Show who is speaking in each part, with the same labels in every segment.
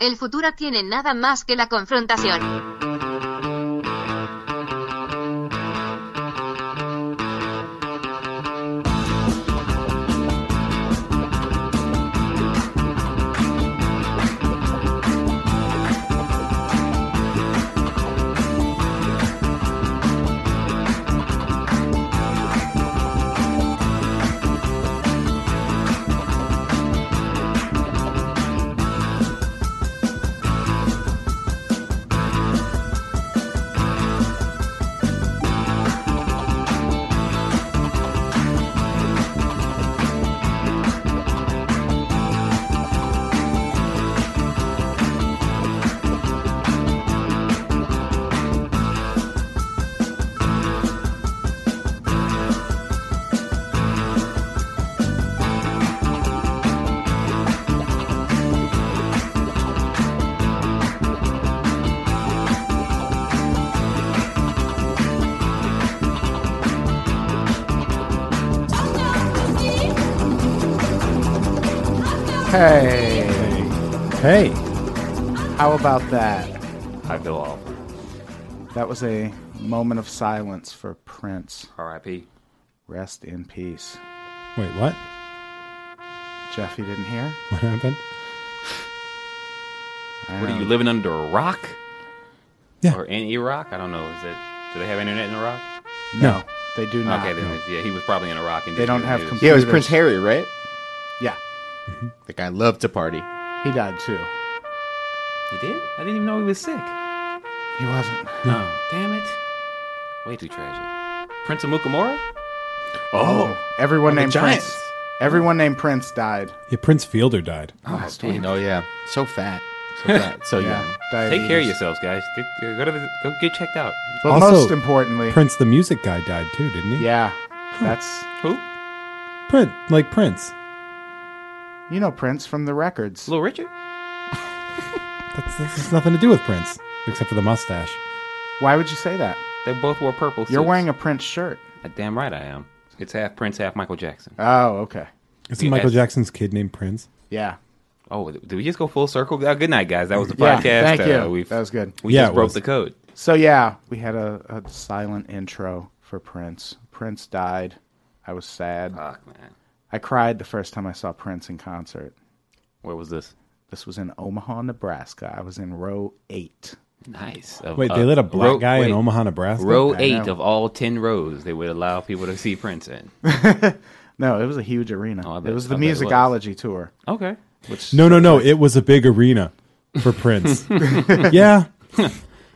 Speaker 1: El futuro tiene nada más que la confrontación.
Speaker 2: Hey,
Speaker 3: Hey,
Speaker 2: how about that?
Speaker 4: Hi, Bill Oliver.
Speaker 2: That was a moment of silence for Prince.
Speaker 4: R.I.P.
Speaker 2: Rest in peace.
Speaker 3: wait, what?
Speaker 2: Jeff, you didn't hear?
Speaker 3: What happened?
Speaker 2: I
Speaker 4: What are
Speaker 2: know.
Speaker 4: you living under a rock?
Speaker 3: Yeah.
Speaker 4: Or in Iraq? I don't know. Is it? Do they have internet in Iraq?
Speaker 3: No.
Speaker 2: They do not.
Speaker 4: okay, then yeah, he was probably in Iraq. And
Speaker 2: They
Speaker 4: just
Speaker 2: don't
Speaker 4: didn't
Speaker 2: have
Speaker 4: news.
Speaker 2: com-
Speaker 5: Yeah, it was
Speaker 2: Computers.
Speaker 5: Prince Harry, right?
Speaker 2: Yeah,
Speaker 5: The guy loved to party.
Speaker 2: he died too.
Speaker 4: He did? I didn't even know he was sick.
Speaker 2: He wasn't.
Speaker 4: No. Damn it. Way too tragic. Prince of Mukamura?
Speaker 2: Oh, everyone
Speaker 5: the
Speaker 2: named
Speaker 5: Giants.
Speaker 2: Prince. Everyone named Prince died.
Speaker 3: Yeah, Prince Fielder died.
Speaker 4: Oh, damn.
Speaker 5: Oh yeah, so fat, so fat, so young.
Speaker 2: Yeah, diabetes.
Speaker 4: Take care of yourselves, guys. Get, uh, go to the, go get checked out.
Speaker 2: But
Speaker 3: Also-
Speaker 2: most importantly,
Speaker 3: Prince, the music guy, died too, didn't he?
Speaker 2: yeah, that's
Speaker 4: Who?
Speaker 3: Prince, like Prince.
Speaker 2: you know Prince from the records.
Speaker 4: Little Richard?
Speaker 3: That's, that's, that's nothing to do with Prince, except for the mustache.
Speaker 2: Why would you say that?
Speaker 4: They both wore purple.
Speaker 2: You're
Speaker 4: suits. Uh,
Speaker 2: wearing a Prince shirt.
Speaker 4: Damn right I am. It's half Prince, half Michael Jackson.
Speaker 2: Oh, okay.
Speaker 3: Isn't
Speaker 4: Yeah,
Speaker 3: Michael
Speaker 4: that's-
Speaker 3: Jackson's kid named Prince?
Speaker 2: Yeah.
Speaker 4: Oh, did we just go full circle? Oh, good night, guys. That was the
Speaker 2: Yeah,
Speaker 4: podcast.
Speaker 2: thank you.
Speaker 4: Uh, we've-
Speaker 2: That was good.
Speaker 4: We
Speaker 3: Yeah,
Speaker 4: just
Speaker 3: it
Speaker 4: broke
Speaker 3: was.
Speaker 4: the code.
Speaker 2: So yeah, we had a, a silent intro for Prince. Prince died. I was sad.
Speaker 4: Fuck, man.
Speaker 2: I cried the first time I saw Prince in concert.
Speaker 4: Where was this?
Speaker 2: This was in Omaha, Nebraska. I was in row eight.
Speaker 4: Nice. Of,
Speaker 3: Wait,
Speaker 4: uh,
Speaker 3: they let a black
Speaker 4: row-
Speaker 3: guy
Speaker 4: wait,
Speaker 3: in Omaha, Nebraska.
Speaker 4: Row
Speaker 2: I
Speaker 4: eight
Speaker 2: know.
Speaker 4: of all ten rows, they would allow people to see Prince in.
Speaker 2: No, it was a huge arena.
Speaker 4: Oh, I bet-
Speaker 2: it was the
Speaker 4: I bet it was.
Speaker 2: musicology tour.
Speaker 4: Okay.
Speaker 2: Which
Speaker 3: No, no, no. It was a big arena for Prince. yeah.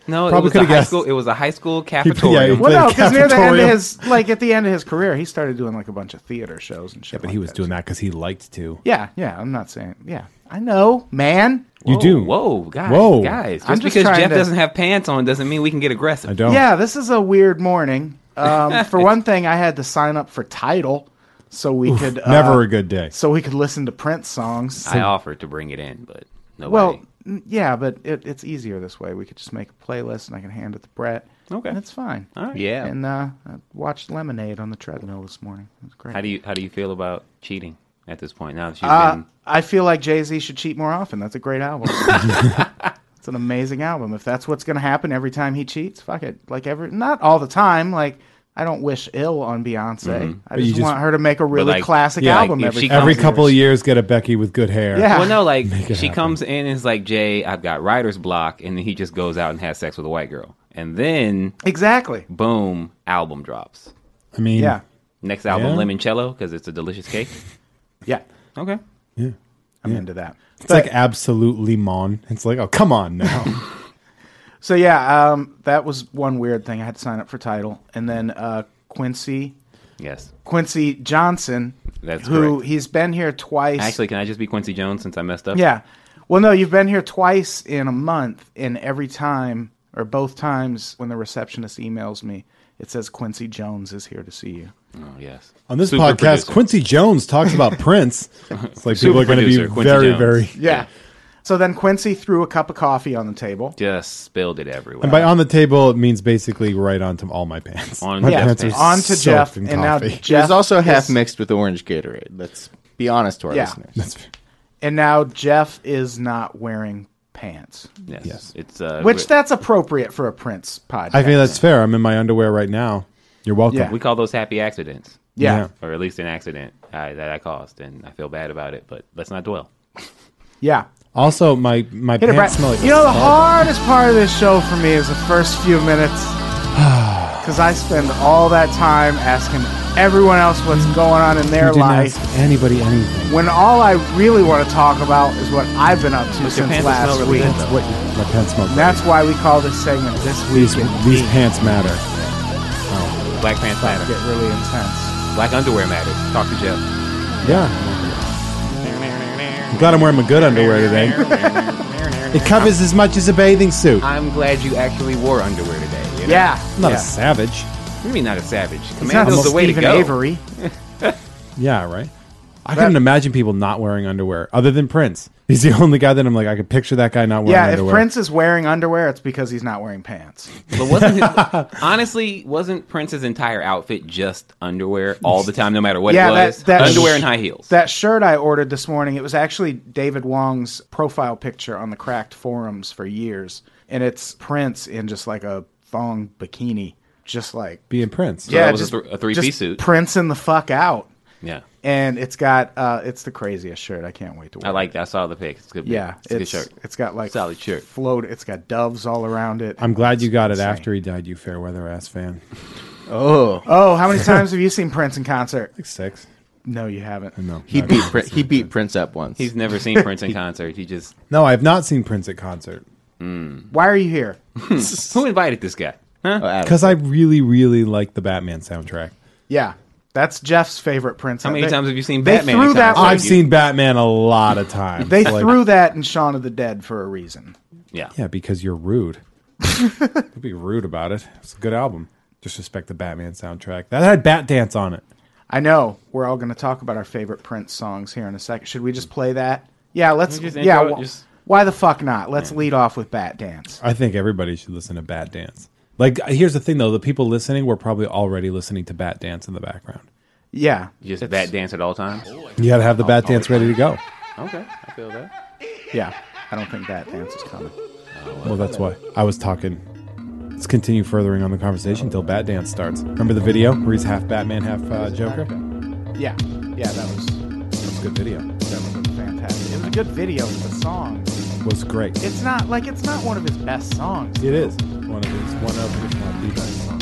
Speaker 4: No,
Speaker 3: Probably
Speaker 4: it was
Speaker 3: could've
Speaker 4: a high
Speaker 3: guessed.
Speaker 4: school. It was a high school
Speaker 3: yeah, he
Speaker 4: cafeteria.
Speaker 3: played
Speaker 2: well, no, because near the end of
Speaker 3: cafeteria.
Speaker 2: his like at the end of his career, he started doing like a bunch of theater shows and shit.
Speaker 3: But
Speaker 2: like
Speaker 3: he was
Speaker 2: that.
Speaker 3: doing that because he liked to.
Speaker 2: Yeah, yeah. I'm not saying. Yeah, I know, man.
Speaker 3: You do.
Speaker 4: Oh, Whoa, guys.
Speaker 3: Whoa.
Speaker 4: Guys. Just,
Speaker 2: I'm just
Speaker 4: because
Speaker 2: trying
Speaker 4: Jeff
Speaker 2: to-
Speaker 4: doesn't have pants on doesn't mean we can get aggressive.
Speaker 3: I don't.
Speaker 2: Yeah, this is a weird morning. Um, for one thing, I had to sign up for Title so we could uh,
Speaker 3: Never a good day.
Speaker 2: so we could listen to Prince songs.
Speaker 4: I offered to bring it in, but nobody.
Speaker 2: well, n- yeah, but it, it's easier this way. We could just make a playlist, and I can hand it to Brett.
Speaker 4: Okay.
Speaker 2: and it's fine.
Speaker 4: all right.
Speaker 5: Yeah.
Speaker 2: And uh, I watched Lemonade on the treadmill this morning. It was great.
Speaker 4: How do you how do you feel about cheating at this point? Now that you've
Speaker 2: Uh,
Speaker 4: been
Speaker 2: I feel like Jay Z should cheat more often. That's a great album. it's an amazing album. If that's what's going to happen every time he cheats, fuck it. Like every, not all the time. Like I don't wish ill on Beyonce. I
Speaker 3: But you
Speaker 2: just,
Speaker 3: just-
Speaker 2: want her to make a really
Speaker 4: like-
Speaker 2: classic
Speaker 4: yeah, like,
Speaker 2: album
Speaker 4: if
Speaker 2: every
Speaker 4: she
Speaker 2: couple
Speaker 3: Every
Speaker 2: years.
Speaker 3: couple of years, get a Becky with good hair.
Speaker 2: Yeah.
Speaker 4: well, no, like
Speaker 3: it
Speaker 4: she
Speaker 3: happen.
Speaker 4: comes in and is like, "Jay, I've got writer's block," and then he just goes out and has sex with a white girl, and then
Speaker 2: Exactly.
Speaker 4: boom, album drops.
Speaker 3: I mean,
Speaker 2: Yeah.
Speaker 4: Next album,
Speaker 3: Yeah.
Speaker 4: Limoncello, because it's a delicious cake.
Speaker 2: Yeah.
Speaker 4: Okay,
Speaker 2: I'm into that.
Speaker 3: it's like absolutely mon. It's like, oh, come on now.
Speaker 2: So yeah, um, that was one weird thing. I had to sign up for title, and then uh, Quincy
Speaker 4: yes.
Speaker 2: Quincy Johnson,
Speaker 4: That's
Speaker 2: who
Speaker 4: correct.
Speaker 2: he's been here twice.
Speaker 4: Actually, can I just be Quincy Jones since I messed up?
Speaker 2: Yeah. Well, no, you've been here twice in a month, and every time or both times when the receptionist emails me, it says Quincy Jones is here to see you.
Speaker 4: Oh yes.
Speaker 3: On this
Speaker 4: Super
Speaker 3: podcast,
Speaker 4: producer.
Speaker 3: Quincy Jones talks about Prince. It's like people
Speaker 4: Super
Speaker 3: are going to be
Speaker 4: producer, Quincy
Speaker 3: very,
Speaker 4: Jones.
Speaker 3: very.
Speaker 2: Yeah. So then Quincy threw a cup of coffee on the table.
Speaker 4: just spilled it everywhere.
Speaker 3: And by on the table, it means basically right onto all my pants.
Speaker 4: On
Speaker 3: my
Speaker 4: your
Speaker 2: Yeah,
Speaker 4: That's
Speaker 3: pants are
Speaker 2: on to
Speaker 3: soaked
Speaker 2: Jeff,
Speaker 3: in
Speaker 2: and now
Speaker 3: coffee.
Speaker 5: It was
Speaker 2: Jeff
Speaker 5: also half
Speaker 2: is-
Speaker 5: mixed with orange Gatorade. Let's be honest to our
Speaker 2: Yeah.
Speaker 5: listeners.
Speaker 2: and now Jeff is not wearing pants,
Speaker 4: yes.
Speaker 3: Yes.
Speaker 4: It's uh,
Speaker 2: which
Speaker 4: we-
Speaker 2: that's appropriate for a Prince podcast.
Speaker 3: I think that's fair. I'm in my underwear right now. You're welcome.
Speaker 2: Yeah.
Speaker 4: we call those happy accidents,
Speaker 2: yeah.
Speaker 3: yeah.
Speaker 2: yeah,
Speaker 4: or at least an accident I, that I caused, and I feel bad about it. But let's not dwell.
Speaker 3: Also, my my
Speaker 2: Hit it, Brad.
Speaker 3: pants smell like
Speaker 2: you know the hardest part of this show for me is the first few minutes, because I spend all that time asking everyone else what's going on in
Speaker 3: you
Speaker 2: their
Speaker 3: Mm-hmm. didn't
Speaker 2: life.
Speaker 3: ask anybody anything.
Speaker 2: When all I really want to talk about is what I've been up to since
Speaker 4: pants
Speaker 2: last
Speaker 4: smell
Speaker 2: week.
Speaker 4: really good,
Speaker 3: That's what you- my pants smell.
Speaker 2: And That's why we call this segment this week.
Speaker 3: these
Speaker 2: in
Speaker 3: these
Speaker 2: Geek.
Speaker 3: pants matter.
Speaker 4: Black pants
Speaker 2: Thoughts
Speaker 4: matter.
Speaker 2: get really intense.
Speaker 4: Black underwear matters. Talk to Jeff.
Speaker 3: Yeah. I'm glad I'm wearing my good underwear today. it covers as much as a bathing suit. I'm
Speaker 4: I'm glad you actually wore underwear today. you know?
Speaker 2: Yeah,
Speaker 3: not
Speaker 2: yeah.
Speaker 3: a savage.
Speaker 4: What do you mean not a savage?
Speaker 2: He's not
Speaker 4: Commando's the way
Speaker 2: Stephen
Speaker 4: to go.
Speaker 2: Avery.
Speaker 3: Yeah, right. I couldn't imagine people not wearing underwear other than Prince. He's the only guy that I'm like I could picture that guy not wearing
Speaker 2: Yeah,
Speaker 3: underwear.
Speaker 2: if Prince is wearing underwear, it's because he's not wearing pants.
Speaker 4: But wasn't his, honestly wasn't Prince's entire outfit just underwear all the time, no matter what
Speaker 2: yeah,
Speaker 4: it was?
Speaker 2: that, that
Speaker 4: underwear and high heels.
Speaker 2: That shirt I ordered this morning, it was actually David Wong's profile picture on the Cracked forums for years, and it's Prince in just like a thong bikini, just like
Speaker 3: being Prince.
Speaker 4: that was a thr- a three-piece
Speaker 2: just
Speaker 4: suit.
Speaker 2: Princing the fuck out,
Speaker 4: yeah,
Speaker 2: and it's got uh, it's the craziest shirt. I can't wait to wear.
Speaker 4: I
Speaker 2: it.
Speaker 4: like. that. I saw the pic. It's a good.
Speaker 2: Yeah,
Speaker 4: it's, a good shirt.
Speaker 2: It's got like
Speaker 4: Solid shirt.
Speaker 2: Float. It's got doves all around it.
Speaker 3: I'm glad you got it
Speaker 2: Insane.
Speaker 3: after he died, you fair weather ass fan.
Speaker 5: Oh,
Speaker 2: Oh, how many times have you seen Prince in concert?
Speaker 3: Like six.
Speaker 2: No, you haven't.
Speaker 3: No,
Speaker 5: he
Speaker 3: I've
Speaker 5: beat
Speaker 3: not
Speaker 5: Prin-
Speaker 3: seen
Speaker 5: he beat
Speaker 3: Prince.
Speaker 5: Prince up once. Oh,
Speaker 4: He's never seen Prince in concert. He just
Speaker 3: No, I've not seen Prince at concert
Speaker 2: Why are you here?
Speaker 4: who invited this guy? Huh?
Speaker 5: Oh, Adam.
Speaker 3: because I really, really like the Batman soundtrack.
Speaker 2: Yeah, that's Jeff's favorite Prince.
Speaker 4: How many
Speaker 2: They-
Speaker 4: times have you seen
Speaker 2: they
Speaker 4: Batman?
Speaker 2: threw
Speaker 4: in
Speaker 2: that
Speaker 4: concert?
Speaker 2: one-
Speaker 3: I've seen Batman a lot of times.
Speaker 2: They
Speaker 3: Like,
Speaker 2: threw that in Shaun of the Dead for a reason.
Speaker 4: Yeah.
Speaker 3: yeah because you're rude. Don't be rude about it. It's a good album. Disrespect the Batman soundtrack that had Bat Dance on it.
Speaker 2: I know we're all going to talk about our favorite Prince songs here in a second. Should we just play that? Yeah, let's.
Speaker 4: We just
Speaker 2: yeah,
Speaker 4: intro it,
Speaker 2: wh-
Speaker 4: just-
Speaker 2: why the fuck not? Let's lead off with Bat Dance.
Speaker 3: I think everybody should listen to Bat Dance. Like, here's the thing though: the people listening were probably already listening to Bat Dance in the background.
Speaker 2: Yeah,
Speaker 4: You just
Speaker 2: it's-
Speaker 4: bat dance at all times.
Speaker 3: You got to have the Bat Dance ready to go.
Speaker 4: Okay, I feel that.
Speaker 2: Yeah, I don't think Bat Dance is coming.
Speaker 3: Well, that's why I was talking. Let's continue furthering on the conversation till Bat Dance starts. Remember the video where he's half Batman, half uh, Joker?
Speaker 2: Yeah, yeah, that was
Speaker 3: That's a good video.
Speaker 2: that was a fantastic. It was a good video for the song.
Speaker 3: Was great.
Speaker 2: It's not like it's not one of his best songs.
Speaker 3: It is one of his one of if not the best song.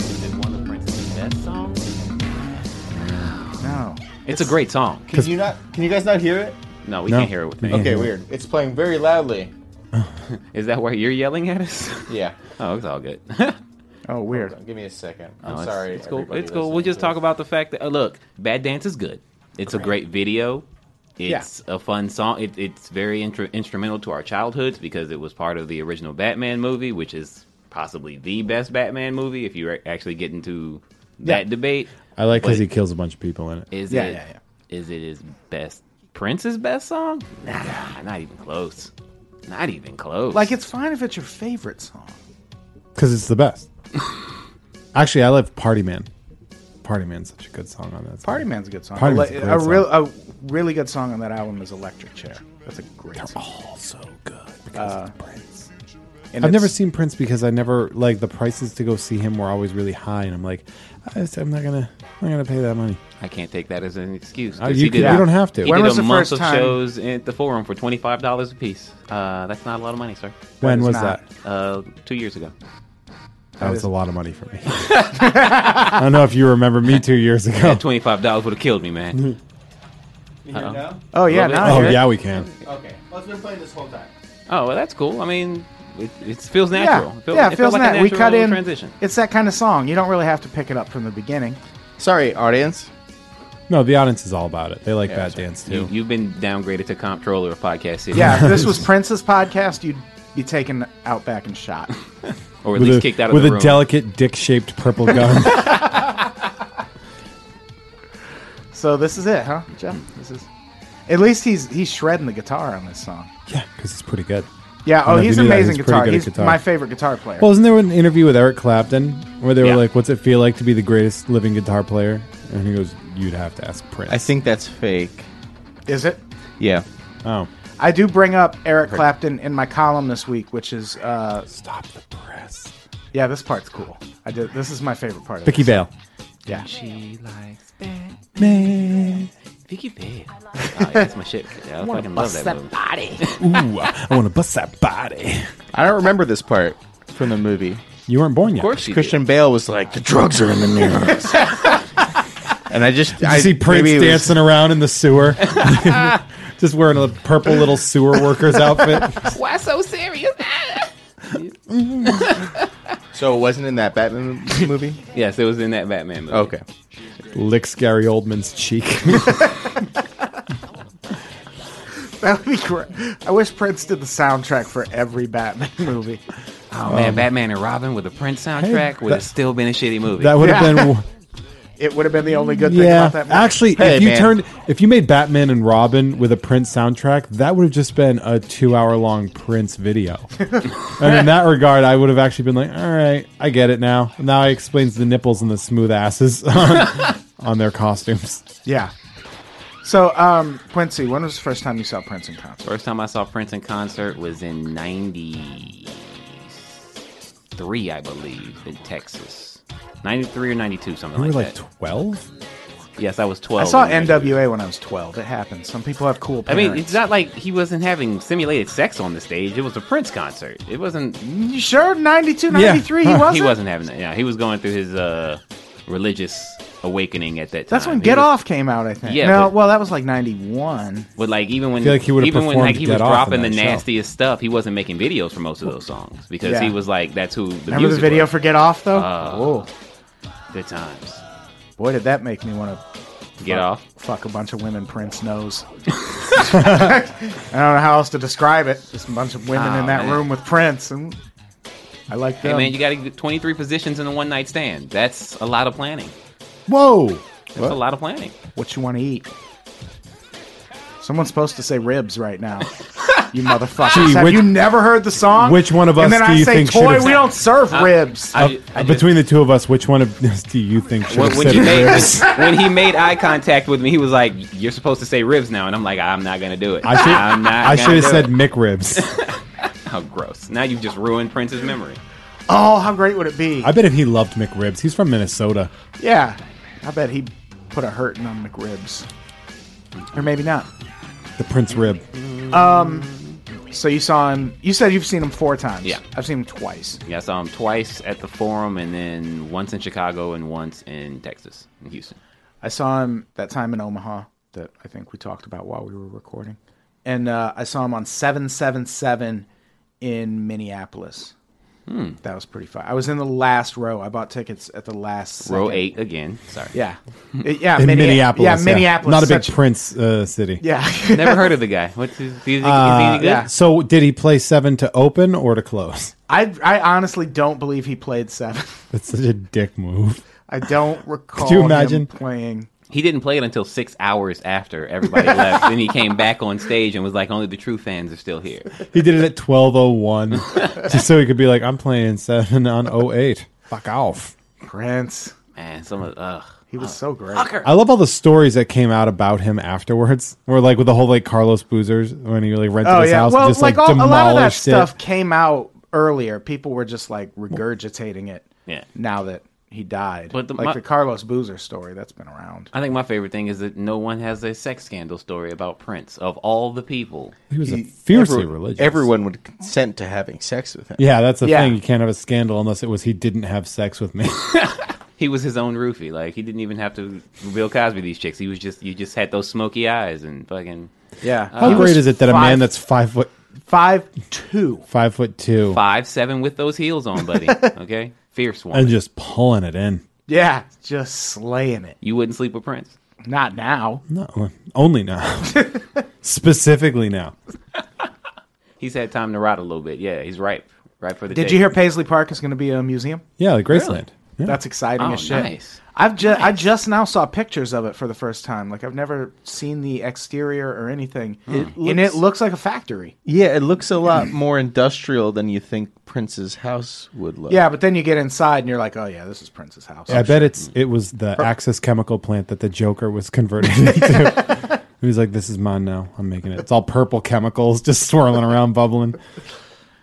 Speaker 4: Is it one of Prince's best songs?
Speaker 2: No.
Speaker 4: It's a great song.
Speaker 5: Can you not? Can you guys not hear it?
Speaker 4: No, we
Speaker 3: No.
Speaker 4: can't hear it.
Speaker 3: Okay.
Speaker 4: With
Speaker 5: Okay, weird. It's playing very loudly.
Speaker 4: Is that why you're yelling at us?
Speaker 5: Yeah.
Speaker 4: oh, it's all good.
Speaker 2: Oh, weird.
Speaker 5: Give me a second.
Speaker 4: No,
Speaker 5: I'm
Speaker 4: it's-
Speaker 5: sorry.
Speaker 4: It's cool.
Speaker 5: everybody
Speaker 4: It's cool.
Speaker 5: listening
Speaker 4: We'll just
Speaker 5: to
Speaker 4: talk
Speaker 5: this.
Speaker 4: about the fact that uh, look, Bad Dance is good. It's a great video. It's a fun song. It, it's very intr- instrumental to our childhoods because it was part of the original Batman movie, which is possibly the best Batman movie if you re- actually get into that debate.
Speaker 3: I like because
Speaker 4: But
Speaker 3: he kills a bunch of people in it.
Speaker 4: Is
Speaker 2: Yeah,
Speaker 4: it
Speaker 2: yeah, yeah.
Speaker 4: is it his best Prince's best song? Nah, not even close. Not even close.
Speaker 2: Like it's fine if it's your favorite song.
Speaker 3: Because it's the best. Actually, I love Party Man. Party Man's such a good song on that.
Speaker 2: Party Man's a good song.
Speaker 3: Party Man's
Speaker 2: a,
Speaker 3: a great
Speaker 2: real a really good song on that album is Electric Chair. That's a great song.
Speaker 3: also good because it's Prince.
Speaker 2: And
Speaker 3: Uh, I've never
Speaker 2: it's-
Speaker 3: seen Prince because I never like the prices to go see him were always really high, and I'm like, I just, I'm not gonna, I'm not gonna pay that money.
Speaker 4: I can't take that as an excuse.
Speaker 3: Uh,
Speaker 4: 'cause he
Speaker 3: you can-
Speaker 4: did
Speaker 3: you
Speaker 4: a-
Speaker 3: don't have to.
Speaker 4: He
Speaker 3: When
Speaker 4: did
Speaker 2: was
Speaker 4: a
Speaker 2: the
Speaker 4: month
Speaker 2: first
Speaker 4: of
Speaker 2: time-
Speaker 4: shows at the forum for twenty five dollars a piece. Uh, that's not a lot of money, sir.
Speaker 3: when
Speaker 2: is
Speaker 3: was
Speaker 2: not-
Speaker 3: that?
Speaker 4: Uh, two years ago.
Speaker 3: That was a lot of money for me. I don't know if you remember me two years ago.
Speaker 4: That twenty five dollars would have killed me, man.
Speaker 2: Oh yeah,
Speaker 4: Love it.
Speaker 2: now I
Speaker 3: Oh
Speaker 2: hear it.
Speaker 3: yeah, we can.
Speaker 5: Okay. Well, it's been playing this whole time.
Speaker 4: Oh well, that's cool. I mean, it, it feels natural.
Speaker 2: Yeah,
Speaker 4: It feel-
Speaker 2: yeah,
Speaker 4: it
Speaker 2: it feels
Speaker 4: felt
Speaker 2: nat-
Speaker 4: like a
Speaker 2: We cut
Speaker 4: natural
Speaker 2: in.
Speaker 4: transition.
Speaker 2: It's that kind of song. You don't really have to pick it up from the beginning.
Speaker 5: Sorry, audience.
Speaker 3: No, the audience is all about it. They like Bad
Speaker 5: that's right.
Speaker 3: Dance too.
Speaker 4: You, you've been downgraded to comptroller of Podcast City.
Speaker 2: Yeah, if this was Prince's podcast, you'd be taken out back and shot.
Speaker 4: Or at
Speaker 3: with
Speaker 4: least
Speaker 3: a,
Speaker 4: kicked out of
Speaker 3: with
Speaker 4: the
Speaker 3: a
Speaker 4: room.
Speaker 3: delicate dick-shaped purple gun.
Speaker 2: So this is it, huh, Jeff? This is. At least he's he's shredding the guitar on this song.
Speaker 3: yeah, because it's pretty good.
Speaker 2: Yeah. Oh,
Speaker 3: if
Speaker 2: he's
Speaker 3: you
Speaker 2: an
Speaker 3: knew that,
Speaker 2: amazing
Speaker 3: he's pretty
Speaker 2: guitar.
Speaker 3: good at
Speaker 2: He's
Speaker 3: guitar.
Speaker 2: my favorite guitar player.
Speaker 3: Well, isn't there an interview with Eric Clapton where they were
Speaker 4: Yeah.
Speaker 3: like, "What's it feel like to be the greatest living guitar player?" And he goes, "You'd have to ask Prince."
Speaker 5: I think that's fake.
Speaker 2: is it?
Speaker 5: Yeah.
Speaker 3: Oh,
Speaker 2: I do bring up Eric Clapton in my column this week, which is uh,
Speaker 3: stop the press.
Speaker 2: yeah, this part's cool. I did. This is my favorite part. Of
Speaker 3: Vicky
Speaker 2: this.
Speaker 3: Vale.
Speaker 2: Yeah.
Speaker 4: She likes
Speaker 3: Man,
Speaker 4: Vicky Vale. Oh, yeah, that's my shit. Yeah, I fucking love that movie.
Speaker 3: ooh, I want to bust that body.
Speaker 5: I don't remember this part from the movie.
Speaker 3: You weren't born yet.
Speaker 4: Of course, you did.
Speaker 5: Christian Bale was like, the drugs are in the mirrors. and I just.
Speaker 3: Did you
Speaker 5: I
Speaker 3: see Prince
Speaker 5: maybe it was-
Speaker 3: dancing around in the sewer, just wearing a purple little sewer worker's outfit.
Speaker 4: Why so serious?
Speaker 5: so it wasn't in that Batman movie?
Speaker 4: yes, it was in that Batman
Speaker 6: Oh,
Speaker 4: movie.
Speaker 5: Okay.
Speaker 3: Licks Gary Oldman's cheek.
Speaker 2: That would be great. I wish Prince did the soundtrack for every Batman movie.
Speaker 4: Oh man, Batman and Robin with a Prince soundtrack would
Speaker 3: that-
Speaker 4: have still been a shitty movie.
Speaker 3: That would have
Speaker 2: Yeah.
Speaker 3: been.
Speaker 2: It would have been the only good thing
Speaker 3: Yeah,
Speaker 2: about that movie.
Speaker 3: actually,
Speaker 5: Hey,
Speaker 3: if you
Speaker 5: man.
Speaker 3: turned, if you made Batman and Robin with a Prince soundtrack, that would have just been a two-hour-long Prince video. and in that regard, I would have actually been like, "All right, I get it now." Now he explains the nipples and the smooth asses on, on their costumes.
Speaker 2: yeah. So, um, Quincy, when was the first time you saw Prince in concert?
Speaker 4: First time I saw Prince in concert was in '93, I believe, in Texas. '93 or '92, something
Speaker 3: We were
Speaker 4: like,
Speaker 3: like
Speaker 4: that.
Speaker 3: twelve.
Speaker 4: yes, I was 12.
Speaker 2: I saw
Speaker 4: in
Speaker 2: NWA when I was 12. It happens. Some people have cool
Speaker 4: I
Speaker 2: parents.
Speaker 4: mean, it's not like he wasn't having simulated sex on the stage. It was a Prince concert. It wasn't.
Speaker 2: You sure? 92, 93,
Speaker 3: Huh.
Speaker 2: he wasn't?
Speaker 4: He wasn't having that. Yeah, he was going through his uh, religious awakening at that time.
Speaker 2: That's when
Speaker 4: He
Speaker 2: Get
Speaker 4: was-
Speaker 2: Off came out, I think.
Speaker 4: Yeah,
Speaker 2: No,
Speaker 4: but-
Speaker 2: well, that was like 91.
Speaker 4: But like even when
Speaker 3: feel like he would've
Speaker 4: even when
Speaker 3: performed
Speaker 4: like he
Speaker 3: Get
Speaker 4: was
Speaker 3: Off in
Speaker 4: dropping the
Speaker 3: that show.
Speaker 4: nastiest stuff, he wasn't making videos for most of those songs because
Speaker 2: Yeah.
Speaker 4: he was like, that's who the
Speaker 2: Remember the
Speaker 4: music
Speaker 2: video
Speaker 4: was.
Speaker 2: for Get Off, though? oh,
Speaker 4: Good times.
Speaker 2: boy, did that make me want to
Speaker 4: Get off.
Speaker 2: fuck a bunch of women Prince knows. I don't know how else to describe it. Just a bunch of women
Speaker 4: Aw,
Speaker 2: in that
Speaker 4: man.
Speaker 2: room with Prince, and I like
Speaker 4: Hey
Speaker 2: them.
Speaker 3: Um,
Speaker 4: man, you got to get 23 positions in a one night stand. That's a lot of planning.
Speaker 3: Whoa!
Speaker 4: That's a lot of planning.
Speaker 2: what you want to eat? Someone's supposed to say ribs right now. You motherfuckers!
Speaker 3: Gee,
Speaker 2: Have
Speaker 3: which-
Speaker 2: you never heard the song?
Speaker 3: which one of us
Speaker 2: And then
Speaker 3: do
Speaker 2: I
Speaker 3: you
Speaker 2: say,
Speaker 3: think should
Speaker 2: "Toy,
Speaker 3: have-
Speaker 2: we don't serve ribs."
Speaker 4: I, I just-
Speaker 3: Between the two of us, which one of do you think should
Speaker 4: when,
Speaker 3: have
Speaker 4: when,
Speaker 3: said
Speaker 4: you
Speaker 3: it?
Speaker 4: made, when he made eye contact with me, he was like, "You're supposed to say ribs now," and I'm like, "I'm not gonna do it.
Speaker 3: I should,
Speaker 4: I'm not
Speaker 3: I
Speaker 4: gonna
Speaker 3: should have
Speaker 4: do
Speaker 3: said
Speaker 4: it."
Speaker 3: Mick Ribs.
Speaker 4: How gross! Now you've just ruined Prince's memory.
Speaker 2: oh, how great would it be?
Speaker 3: I bet if he loved Mick Ribs, he's from Minnesota.
Speaker 2: yeah, I bet he put a hurting on McRibs, or maybe not.
Speaker 3: The Prince Rib.
Speaker 2: So you saw him. You said you've seen him four times.
Speaker 4: Yeah.
Speaker 2: I've seen him twice.
Speaker 4: Yeah, I saw him twice at the Forum, and then once in Chicago, and once in Texas, in Houston.
Speaker 2: I saw him that time in Omaha that I think we talked about while we were recording, and uh, I saw him on seven seven seven in Minneapolis.
Speaker 3: Hmm.
Speaker 2: That was pretty fun. I was in the last row. I bought tickets at the last
Speaker 4: Row
Speaker 2: second.
Speaker 4: eight again. Sorry,
Speaker 2: Yeah, It- yeah,
Speaker 3: In
Speaker 2: Minne-
Speaker 3: Minneapolis.
Speaker 2: Yeah, Minneapolis.
Speaker 3: Not a big
Speaker 2: such-
Speaker 3: Prince uh, city.
Speaker 2: yeah,
Speaker 4: never heard of the guy. What's his, is he, is he
Speaker 5: Uh,
Speaker 3: Uh,
Speaker 4: good?
Speaker 2: yeah.
Speaker 3: So did he play seven to open or to close?
Speaker 2: I I honestly don't believe he played seven.
Speaker 3: That's such a dick move.
Speaker 2: I don't recall.
Speaker 3: you
Speaker 2: him
Speaker 3: imagine?
Speaker 2: playing?
Speaker 4: He didn't play it until six hours after everybody left. Then he came back on stage and was like, "Only the true fans are still here."
Speaker 3: He did it at twelve oh one, just so he could be like, "I'm playing seven on 08. Fuck off."
Speaker 2: Prince.
Speaker 4: Man, some of ugh.
Speaker 2: He was so great.
Speaker 3: I love all the stories that came out about him afterwards, or like with the whole like Carlos Boozers when he like rented
Speaker 2: Oh
Speaker 3: his
Speaker 2: yeah,
Speaker 3: house,
Speaker 2: well,
Speaker 3: and just
Speaker 2: like,
Speaker 3: like,
Speaker 2: all, a
Speaker 3: demolished
Speaker 2: lot of that
Speaker 3: it.
Speaker 2: stuff came out earlier. People were just like regurgitating it.
Speaker 4: Yeah.
Speaker 2: Now that he died,
Speaker 4: But the-
Speaker 2: like
Speaker 4: my-
Speaker 2: the Carlos Boozer story that's been around.
Speaker 4: I think my favorite thing is that no one has a sex scandal story about Prince of all the people.
Speaker 3: He was a
Speaker 5: He-
Speaker 3: fiercely
Speaker 5: every-
Speaker 3: religious.
Speaker 5: Everyone would consent to having sex with him.
Speaker 3: Yeah, that's the
Speaker 2: Yeah.
Speaker 3: thing. You can't have a scandal unless it was he didn't have sex with me.
Speaker 4: He was his own roofie. Like he didn't even have to Bill Cosby these chicks. He was just you just had those smoky eyes and fucking
Speaker 2: Yeah.
Speaker 4: Uh,
Speaker 3: How
Speaker 2: He was
Speaker 3: great is it that a man
Speaker 2: five-
Speaker 3: that's five foot
Speaker 2: five two?
Speaker 3: five foot two
Speaker 4: five seven with those heels on, buddy. Okay, fierce one.
Speaker 3: and just pulling it in?
Speaker 2: Yeah, just slaying it.
Speaker 4: You wouldn't sleep with Prince.
Speaker 2: Not now.
Speaker 3: No, only now. Specifically now.
Speaker 4: He's had time to rot a little bit. Yeah, he's ripe, ripe for the.
Speaker 2: Did
Speaker 4: take.
Speaker 2: you hear Paisley Park is going to be a museum?
Speaker 3: Yeah, the Graceland. Yeah.
Speaker 2: That's exciting
Speaker 4: Oh,
Speaker 2: as shit.
Speaker 4: nice.
Speaker 2: I've just I just now saw pictures of it for the first time. Like I've never seen the exterior or anything, and it looks like a factory.
Speaker 5: Yeah, it looks a lot more industrial than you think Prince's house would look.
Speaker 2: Yeah, but then you get inside and you're like, oh yeah, this is Prince's house.
Speaker 3: I bet it's it was the Axis chemical plant that the Joker was converted into. he was like, "This is mine now. I'm making it. It's all purple chemicals just swirling around, bubbling."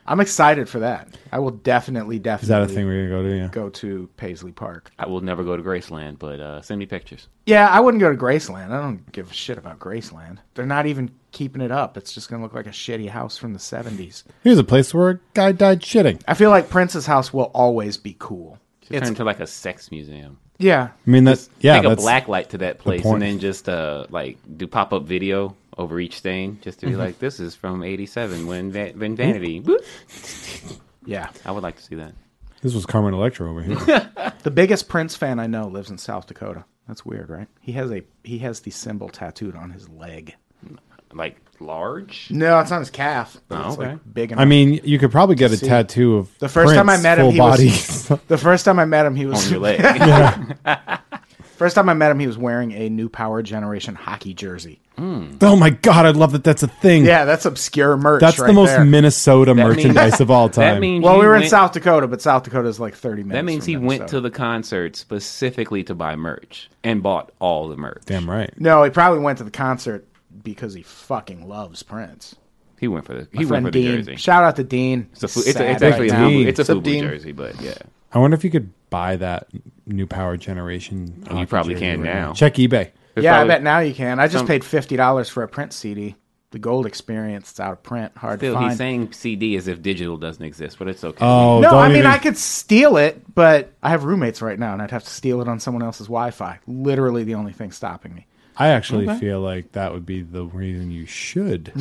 Speaker 2: I'm excited for that. I will definitely definitely
Speaker 3: Is that a thing we're gonna go to? Yeah.
Speaker 2: go to Paisley Park.
Speaker 4: I will never go to Graceland, but uh, send me pictures.
Speaker 2: Yeah, I wouldn't go to Graceland. I don't give a shit about Graceland. They're not even keeping it up. It's just gonna look like a shitty house from the '70s.
Speaker 3: Here's a place where a guy died shitting.
Speaker 2: I feel like Prince's house will always be cool.
Speaker 4: Turn into like a sex museum.
Speaker 2: Yeah,
Speaker 3: I mean, that's yeah,
Speaker 4: Take a
Speaker 3: that's
Speaker 4: black light to that place,
Speaker 3: point.
Speaker 4: and then just uh, like do pop up video over each thing, just to
Speaker 2: Mm-hmm.
Speaker 4: be like, "This is from '87 when Va- when Vanity." Boop.
Speaker 2: yeah.
Speaker 4: I would like to see that.
Speaker 3: this was Carmen Electra over here.
Speaker 2: The biggest Prince fan I know lives in South Dakota. That's weird, right? He has a he has the symbol tattooed on his leg.
Speaker 4: Like large.
Speaker 2: No, it's on his calf.
Speaker 4: Oh,
Speaker 2: It's,
Speaker 4: okay.
Speaker 2: like big. Enough.
Speaker 3: I mean, you could probably get a
Speaker 2: See,
Speaker 3: tattoo of
Speaker 2: the first time I
Speaker 3: Prince,
Speaker 2: met him,
Speaker 3: full
Speaker 2: he
Speaker 3: body.
Speaker 2: was- the first time I met him, he was
Speaker 4: on your leg.
Speaker 2: first time I met him, he was wearing a New Power Generation hockey jersey.
Speaker 3: oh my god, I love that. That's a thing.
Speaker 2: Yeah, that's obscure merch.
Speaker 3: that's
Speaker 2: right
Speaker 3: the most
Speaker 2: there.
Speaker 3: Minnesota
Speaker 4: That means-
Speaker 3: merchandise of all time.
Speaker 4: That means
Speaker 2: well,
Speaker 4: he
Speaker 2: we were in
Speaker 4: went-
Speaker 2: South Dakota, but South Dakota's like thirty minutes.
Speaker 4: That means
Speaker 2: from
Speaker 4: he went
Speaker 2: Minnesota.
Speaker 4: to the concert specifically to buy merch and bought all the merch.
Speaker 3: Damn right.
Speaker 2: No, he probably went to the concert because he fucking loves Prince.
Speaker 4: He went for the
Speaker 2: My
Speaker 4: he went for the
Speaker 2: Dean.
Speaker 4: jersey.
Speaker 2: Shout out to Dean.
Speaker 4: It's, a fu- it's, a, it's
Speaker 2: Sad
Speaker 4: actually
Speaker 2: right
Speaker 4: a
Speaker 2: now.
Speaker 4: Fubu, it's a
Speaker 5: Sup,
Speaker 4: Fubu
Speaker 5: Dean?
Speaker 4: jersey, but yeah.
Speaker 3: I wonder if you could buy that new power generation. hockey
Speaker 4: probably
Speaker 3: jersey
Speaker 4: can now.
Speaker 3: Check eBay.
Speaker 4: There's
Speaker 2: yeah,
Speaker 4: probably-
Speaker 2: I bet now you can. I just
Speaker 4: some-
Speaker 2: paid fifty dollars for a print CD. The Gold Experience. It's out of print. Hard
Speaker 4: Still,
Speaker 2: to
Speaker 4: he's
Speaker 2: find.
Speaker 4: saying CD as if digital doesn't exist, but it's okay.
Speaker 3: Oh,
Speaker 2: no,
Speaker 3: don't
Speaker 2: I mean
Speaker 3: even-
Speaker 2: I could steal it, but I have roommates right now, and I'd have to steal it on someone else's Wi-Fi. Literally, the only thing stopping me.
Speaker 3: I actually feel like that would be the reason you should.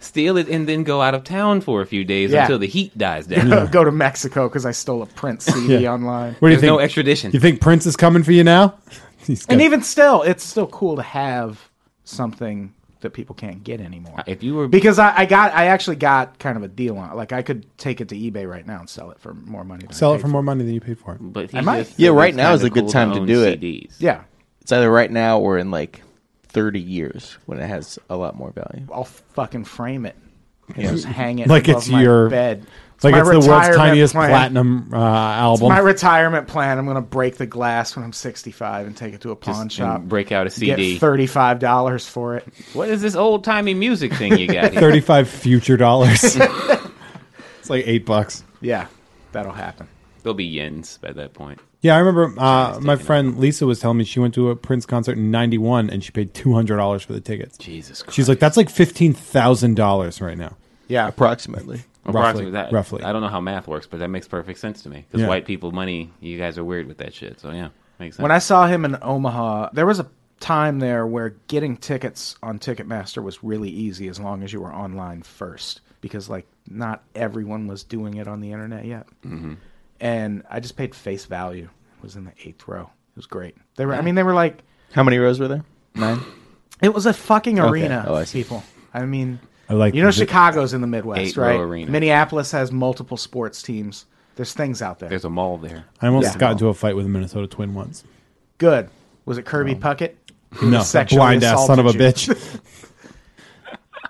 Speaker 4: Steal it and then go out of town for a few days
Speaker 2: Yeah.
Speaker 4: until the heat dies down.
Speaker 2: Go to Mexico because I stole a print CD
Speaker 3: Yeah.
Speaker 2: online.
Speaker 3: What do
Speaker 4: There's
Speaker 3: you think?
Speaker 4: no extradition.
Speaker 3: you think Prince is coming for you now? He's
Speaker 2: And
Speaker 3: got-
Speaker 2: even still, it's still cool to have something that people can't get anymore.
Speaker 4: Uh, if you were
Speaker 2: Because I, I got, I actually got kind of a deal on it. Like I could take it to eBay right now and sell it for more money. Than I
Speaker 3: sell it
Speaker 2: paid
Speaker 3: for more money than you paid for it.
Speaker 4: but he
Speaker 2: I might.
Speaker 4: just-
Speaker 5: Yeah,
Speaker 4: it's
Speaker 5: right now is
Speaker 4: kinda
Speaker 5: a good
Speaker 4: cool
Speaker 5: time to
Speaker 4: own
Speaker 5: do it.
Speaker 4: CDs.
Speaker 2: Yeah,
Speaker 5: It's either right now or in like 30 years when it has a lot more value.
Speaker 2: I'll fucking frame it. And Just hang it
Speaker 3: Like
Speaker 2: above
Speaker 3: it's
Speaker 2: my
Speaker 3: your-
Speaker 2: bed.
Speaker 3: like
Speaker 2: my
Speaker 3: it's the world's
Speaker 2: retirement
Speaker 3: tiniest
Speaker 2: plan.
Speaker 3: platinum uh, album.
Speaker 2: My retirement plan. I'm gonna break the glass when I'm 65 and take it to a pawn
Speaker 4: Just-
Speaker 2: shop.
Speaker 4: and break out a
Speaker 2: Get
Speaker 4: CD.
Speaker 2: thirty-five dollars for it.
Speaker 4: What is this old timey music thing you got here?
Speaker 3: Thirty-five future dollars. it's like eight bucks.
Speaker 2: Yeah, that'll happen.
Speaker 4: There'll be yens by that point.
Speaker 3: Yeah, I remember uh, my friend Lisa was telling me she went to a Prince concert in '91 and she paid two hundred dollars for the tickets.
Speaker 4: Jesus Christ.
Speaker 3: She's like, "That's like fifteen thousand dollars right now."
Speaker 2: Yeah,
Speaker 5: Approximately.
Speaker 4: Approximately
Speaker 3: Roughly,
Speaker 4: that-
Speaker 3: roughly.
Speaker 4: I don't know how math works, but that makes perfect sense to me. Because
Speaker 3: Yeah.
Speaker 4: white people, money, you guys are weird with that shit. So yeah, makes sense.
Speaker 2: When I saw him in Omaha, there was a time there where getting tickets on Ticketmaster was really easy as long as you were online first because like not everyone was doing it on the internet yet. Mm-hmm. And I just paid face value. It was in the eighth row. It was great. They were. I mean, they were like
Speaker 5: How many rows were there? Nine?
Speaker 2: it was a fucking arena.
Speaker 5: Oh, I
Speaker 2: of
Speaker 5: see.
Speaker 2: people. I mean,
Speaker 3: I like
Speaker 2: you know
Speaker 3: the-
Speaker 2: Chicago's in the Midwest,
Speaker 4: Eight-row
Speaker 2: right?
Speaker 4: arena.
Speaker 2: Minneapolis has multiple sports teams. There's things out there.
Speaker 4: There's a mall there.
Speaker 3: I almost
Speaker 2: Yeah.
Speaker 3: got into a fight with a Minnesota twin once.
Speaker 2: Good. Was it Kirby Puckett? Who
Speaker 3: No,
Speaker 2: sexually
Speaker 3: blind ass son of a
Speaker 2: assaulted you?
Speaker 3: bitch.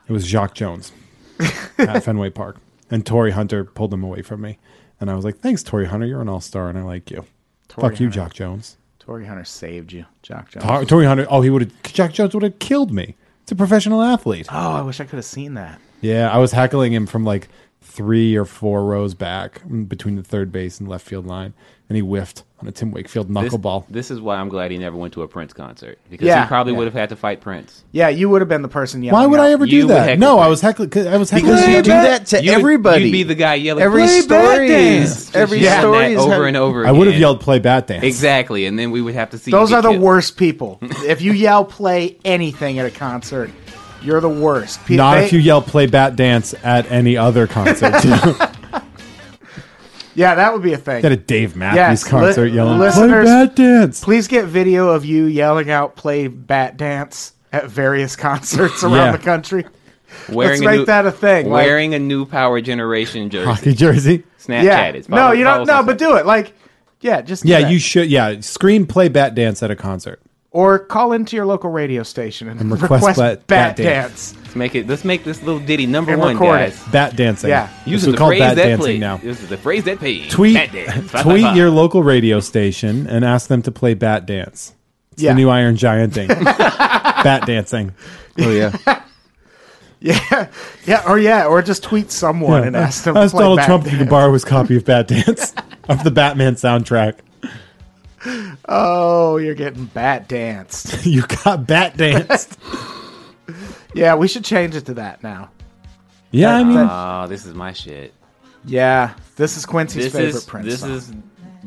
Speaker 3: it was Jacques Jones at Fenway Park, and Tory Hunter pulled him away from me, and I was like, "Thanks, Tory Hunter, you're an all star, and I like you."
Speaker 2: Torrey
Speaker 3: Fuck you,
Speaker 2: Hunter.
Speaker 3: Jock Jones.
Speaker 2: Tory Hunter saved you, Jock Jones.
Speaker 3: Tor- Tory Hunter. Oh, he would have. Jock Jones would have killed me. It's a professional athlete.
Speaker 2: oh, I wish I could have seen that.
Speaker 3: Yeah, I was heckling him from like three or four rows back mm, between the third base and left field line, and he whiffed on a Tim Wakefield
Speaker 4: This,
Speaker 3: knuckleball.
Speaker 4: this is why I'm glad he never went to a Prince concert because
Speaker 2: Yeah,
Speaker 4: he probably
Speaker 2: yeah.
Speaker 4: would have had to fight Prince.
Speaker 2: Yeah, you would have been the person yelling.
Speaker 3: Why would
Speaker 2: out.
Speaker 3: I ever
Speaker 4: You
Speaker 3: do
Speaker 4: would
Speaker 3: that?
Speaker 4: heckle
Speaker 3: No, I
Speaker 4: him.
Speaker 3: was heckling. 'cause I was heckling.
Speaker 5: Because you
Speaker 3: Jock
Speaker 5: do
Speaker 3: Jones.
Speaker 5: that to
Speaker 4: You would-
Speaker 5: everybody.
Speaker 4: you'd be the guy yelling.
Speaker 5: Every
Speaker 4: "Play
Speaker 5: story
Speaker 4: Bat
Speaker 5: is-
Speaker 4: Dance!"
Speaker 5: every
Speaker 4: Just yelling
Speaker 5: story
Speaker 4: that
Speaker 5: is
Speaker 4: over
Speaker 5: how-
Speaker 4: and over.
Speaker 3: I would have
Speaker 4: again.
Speaker 3: yelled play bat dance.
Speaker 4: exactly, and then we would have to see.
Speaker 2: Those
Speaker 4: you
Speaker 2: are the
Speaker 4: get killed.
Speaker 2: worst people. if you yell play anything at a concert, you're the worst. Pe-
Speaker 3: Not
Speaker 2: they-
Speaker 3: if you yell play bat dance at any other concert.
Speaker 2: Yeah, that would be a thing.
Speaker 3: At a Dave Matthews
Speaker 2: Yes, li-
Speaker 3: concert, yelling, "Play
Speaker 2: listeners-
Speaker 3: that dance!"
Speaker 2: Please get video of you yelling out "Play Bat Dance" at various concerts around
Speaker 3: Yeah.
Speaker 2: the country.
Speaker 4: Wearing
Speaker 2: Let's
Speaker 4: a
Speaker 2: make
Speaker 4: new,
Speaker 2: that a thing. like-
Speaker 4: Wearing a new Power Generation jersey.
Speaker 3: Hockey jersey.
Speaker 4: Snapchat
Speaker 2: yeah.
Speaker 4: it.
Speaker 2: no, you don't. No, but do it. Like, yeah, just do
Speaker 3: Yeah,
Speaker 2: that.
Speaker 3: you should. Yeah, scream play bat dance at a concert.
Speaker 2: or call into your local radio station and,
Speaker 3: request
Speaker 2: request,
Speaker 3: Bat-
Speaker 2: Bat,
Speaker 3: Bat
Speaker 2: Dance.
Speaker 4: Let's make it. Let's make this little ditty number
Speaker 2: And
Speaker 4: one,
Speaker 2: record
Speaker 4: guys.
Speaker 3: Bat dancing.
Speaker 2: Yeah.
Speaker 3: This
Speaker 4: Using
Speaker 3: is
Speaker 4: the
Speaker 3: called
Speaker 4: phrase
Speaker 3: bat
Speaker 4: that
Speaker 3: dancing
Speaker 4: plays.
Speaker 3: now.
Speaker 4: This is the phrase that pays.
Speaker 3: Tweet,
Speaker 4: Bat dance. Ba, ba,
Speaker 3: tweet
Speaker 4: ba.
Speaker 3: your local radio station and ask them to play bat dance. It's
Speaker 2: Yeah.
Speaker 3: the new Iron Giant thing. bat dancing.
Speaker 5: Oh yeah.
Speaker 2: Yeah, yeah, or yeah, or just tweet someone and ask them. to play
Speaker 3: Donald
Speaker 2: Bat
Speaker 3: Trump if
Speaker 2: Dance.
Speaker 3: you can borrow his copy of Bat Dance of the Batman soundtrack.
Speaker 2: Oh, you're getting bat danced.
Speaker 3: You got bat danced.
Speaker 2: yeah, we should change it to that now.
Speaker 3: yeah, I mean,
Speaker 4: Ah, this is my shit.
Speaker 2: Yeah, this is Quincy's
Speaker 4: This
Speaker 2: favorite
Speaker 4: is
Speaker 2: Prince
Speaker 4: this
Speaker 2: song.
Speaker 4: is this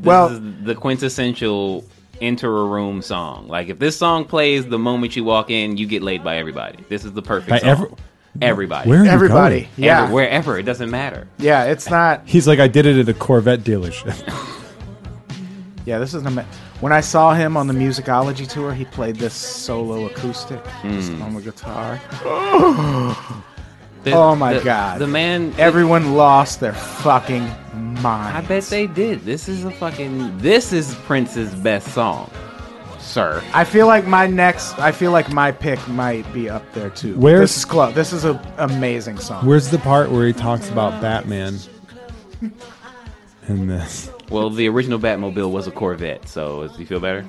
Speaker 2: Well-
Speaker 4: is the quintessential enter a room song. Like if this song plays the moment you walk in, you get laid by everybody. This is the perfect
Speaker 3: By
Speaker 4: song.
Speaker 3: every-
Speaker 4: everybody.
Speaker 3: where are you
Speaker 2: everybody.
Speaker 3: going?
Speaker 2: Yeah,
Speaker 4: Every- wherever it doesn't matter.
Speaker 2: yeah, it's not.
Speaker 3: He's like, I did it at a Corvette dealership.
Speaker 2: Yeah, this is ama- when I saw him on the Musicology tour. He played this solo acoustic just
Speaker 4: Hmm.
Speaker 2: on the guitar.
Speaker 4: The-
Speaker 2: Oh my
Speaker 4: the-
Speaker 2: God.
Speaker 4: The man.
Speaker 2: Everyone lost their fucking
Speaker 4: I
Speaker 2: mind.
Speaker 4: bet they did. This is a fucking. This is Prince's best song, sir.
Speaker 2: I feel like my next. I feel like my pick might be up there too.
Speaker 3: Where's-
Speaker 2: this is close? This is an amazing song.
Speaker 3: Where's the part where he talks about Batman? And this.
Speaker 4: Well, the original Batmobile was a Corvette, so does he feel better?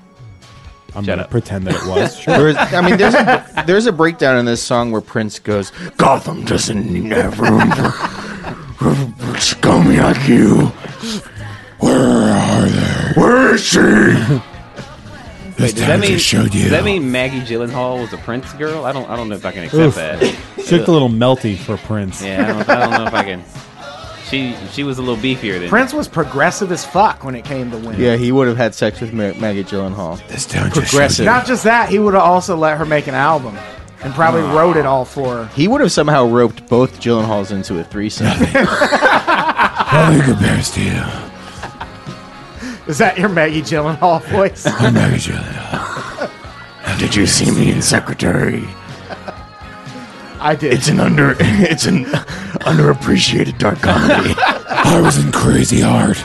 Speaker 3: I'm
Speaker 4: Shut
Speaker 3: gonna
Speaker 4: up.
Speaker 3: pretend that it was. Sure.
Speaker 5: There is, I mean, there's a, there's a breakdown in this song where Prince goes, "Gotham doesn't never scummy like you. Where are they? Where is she?
Speaker 4: Wait, does that mean
Speaker 5: showed you.
Speaker 4: does that mean Maggie Gyllenhaal was a Prince girl? I don't I don't know if I can accept
Speaker 3: Oof.
Speaker 4: that.
Speaker 3: She looked a little melty for Prince.
Speaker 4: Yeah, I don't, I don't know if I can. She she was a little beefier than
Speaker 2: Prince was progressive as fuck when it came to women.
Speaker 5: Yeah, he would have had sex with Ma- Maggie Gyllenhaal. This town progressive.
Speaker 2: Not just that, he would have also let her make an album and probably wrote it all for her.
Speaker 5: he would have somehow roped both Gyllenhaals into a threesome.
Speaker 2: Is that your Maggie Gyllenhaal voice?
Speaker 5: Did you see me in Secretary?
Speaker 2: I did.
Speaker 5: an under, it's an underappreciated dark comedy. I was in Crazy Heart.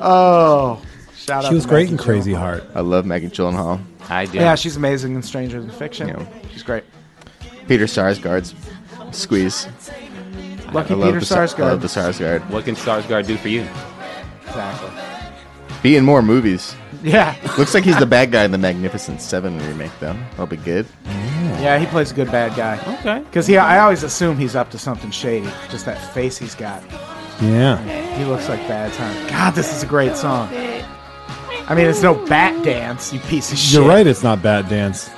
Speaker 2: oh, shout out.
Speaker 3: She was
Speaker 2: to
Speaker 3: great
Speaker 2: Maggie
Speaker 3: in Crazy
Speaker 2: Gyllenhaal.
Speaker 3: Heart.
Speaker 5: I love Maggie Gyllenhaal.
Speaker 4: I do.
Speaker 2: Yeah, she's amazing in Stranger Than Fiction.
Speaker 5: Yeah.
Speaker 2: She's great.
Speaker 5: Peter Sarsgaard's squeeze.
Speaker 2: Lucky
Speaker 5: I love
Speaker 2: Peter
Speaker 5: the, Sa- I love the
Speaker 2: Sarsgaard.
Speaker 5: Sarsgaard.
Speaker 4: what can Skarsgård do for you?
Speaker 2: Exactly.
Speaker 5: Be in more movies.
Speaker 2: Yeah,
Speaker 5: Looks like he's the bad guy in the Magnificent Seven remake, though. That'll be good.
Speaker 2: yeah, he plays a good bad guy.
Speaker 4: Okay.
Speaker 2: Because he, I always assume he's up to something shady. Just that face he's got.
Speaker 3: Yeah.
Speaker 2: He looks like bad time. God, this is a great song. I mean, it's no bat dance, you piece of shit.
Speaker 3: You're right, it's not Bat Dance.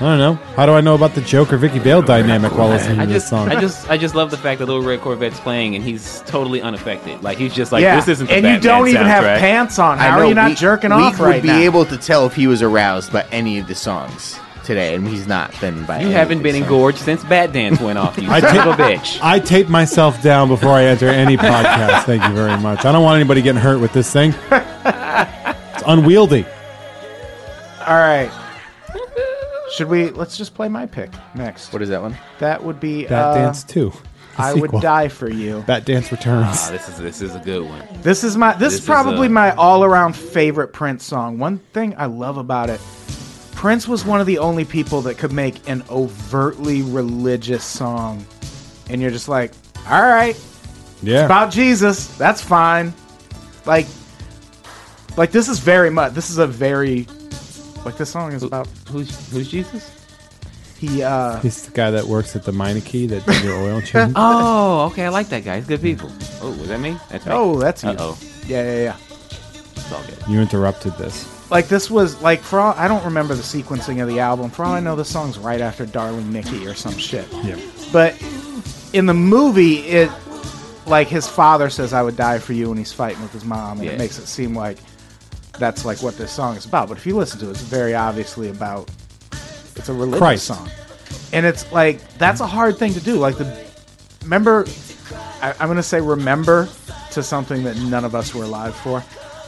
Speaker 3: I don't know. How do I know about the Joker Vicky Vale dynamic while listening
Speaker 4: I
Speaker 3: to this
Speaker 4: just
Speaker 3: song?
Speaker 4: I just I just love the fact that Little Red Corvette's playing and he's totally unaffected. Like he's just like
Speaker 2: yeah,
Speaker 4: this isn't. The
Speaker 2: and you
Speaker 4: Batman
Speaker 2: don't even have
Speaker 4: soundtrack."
Speaker 2: pants on. How
Speaker 5: I know
Speaker 2: are you not
Speaker 5: we-
Speaker 2: jerking
Speaker 5: we
Speaker 2: off right
Speaker 5: would be
Speaker 2: now?
Speaker 5: able to tell if he was aroused by any of the songs today, and he's not been by.
Speaker 4: You
Speaker 5: any
Speaker 4: haven't
Speaker 5: of
Speaker 4: been
Speaker 5: these songs.
Speaker 4: engorged since Bat Dance went off. You
Speaker 3: I
Speaker 4: son
Speaker 3: ta-
Speaker 4: of a bitch.
Speaker 3: I tape myself down before I enter any podcast. Thank you very much. I don't want anybody getting hurt with this thing. It's unwieldy.
Speaker 2: All right. Should we? Let's just play my pick next.
Speaker 5: What is that one?
Speaker 2: that would be
Speaker 3: Bat
Speaker 2: uh,
Speaker 3: Dance 2. the
Speaker 2: I would
Speaker 3: sequel.
Speaker 2: die for you.
Speaker 3: Bat Dance Returns.
Speaker 4: Ah, this is this is a good one.
Speaker 2: This is my. This,
Speaker 4: This
Speaker 2: is
Speaker 4: is,
Speaker 2: probably
Speaker 4: uh,
Speaker 2: my all-around favorite Prince song. One thing I love about it, Prince was one of the only people that could make an overtly religious song, and you're just like, all right,
Speaker 3: Yeah.
Speaker 2: about Jesus. That's fine. Like, like this is very much. This is a very, like this song is about
Speaker 4: Who's who's Jesus?
Speaker 2: he. uh
Speaker 3: He's the guy that works at the Meineke that did your oil change.
Speaker 4: Oh, okay, I like that guy. He's good people. Oh, was that me? That's me.
Speaker 2: Oh, that's you.
Speaker 4: Uh-oh.
Speaker 2: Yeah, yeah, yeah.
Speaker 4: It's all good.
Speaker 3: You interrupted this.
Speaker 2: Like this was like for all I don't remember the sequencing of the album. For all I know, the song's right after "Darling Nikki" or some shit.
Speaker 3: Yeah.
Speaker 2: But in the movie, it like his father says, "I would die for you," and he's fighting with his mom, and
Speaker 4: Yeah.
Speaker 2: it makes it seem like that's like what this song is about. But if you listen to it, it's very obviously about it's a religious
Speaker 3: Christ.
Speaker 2: song, and it's like that's a hard thing to do. Like the remember, I, I'm gonna say remember to something that none of us were alive for.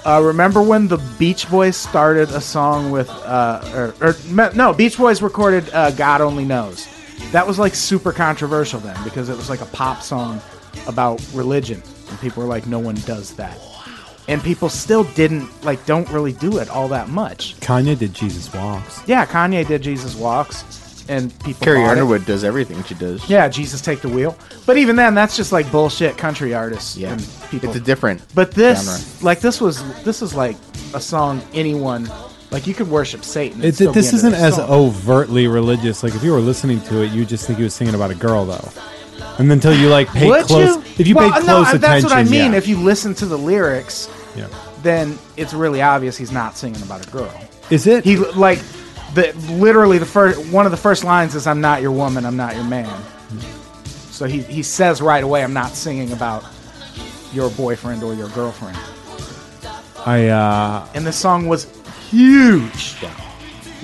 Speaker 2: Uh, remember when the Beach Boys started a song with, uh, or, or me- no, Beach Boys recorded uh, "God Only Knows." That was like super controversial then because it was like a pop song about religion, and people were like, "No one does that," and people still didn't like don't really do it all that much.
Speaker 3: Kanye did Jesus Walks.
Speaker 2: Yeah, Kanye did Jesus Walks, and people
Speaker 5: Carrie
Speaker 2: bought it.
Speaker 5: Underwood does everything she does.
Speaker 2: Yeah, Jesus take the wheel. But even then, that's just like bullshit country artists.
Speaker 5: Yeah.
Speaker 2: and people.
Speaker 5: It's a different.
Speaker 2: But this,
Speaker 5: genre.
Speaker 2: like this was this is like a song anyone, like you could worship Satan. and
Speaker 3: It,
Speaker 2: still be
Speaker 3: this
Speaker 2: into
Speaker 3: isn't as oh,
Speaker 2: song.
Speaker 3: overtly religious. Like if you were listening to it, you would just think he was singing about a girl, though. And until you like paid
Speaker 2: Would
Speaker 3: close,
Speaker 2: you?
Speaker 3: if you
Speaker 2: well,
Speaker 3: paid
Speaker 2: no,
Speaker 3: close
Speaker 2: I-
Speaker 3: attention,
Speaker 2: that's what I mean.
Speaker 3: yeah.
Speaker 2: If you listen to the lyrics,
Speaker 3: Yeah.
Speaker 2: then it's really obvious he's not singing about a girl.
Speaker 3: Is it?
Speaker 2: He like the literally the first one of the first lines is "I'm not your woman, I'm not your man." So he he says right away, "I'm not singing about your boyfriend or your girlfriend."
Speaker 3: I uh,
Speaker 2: and the song was huge.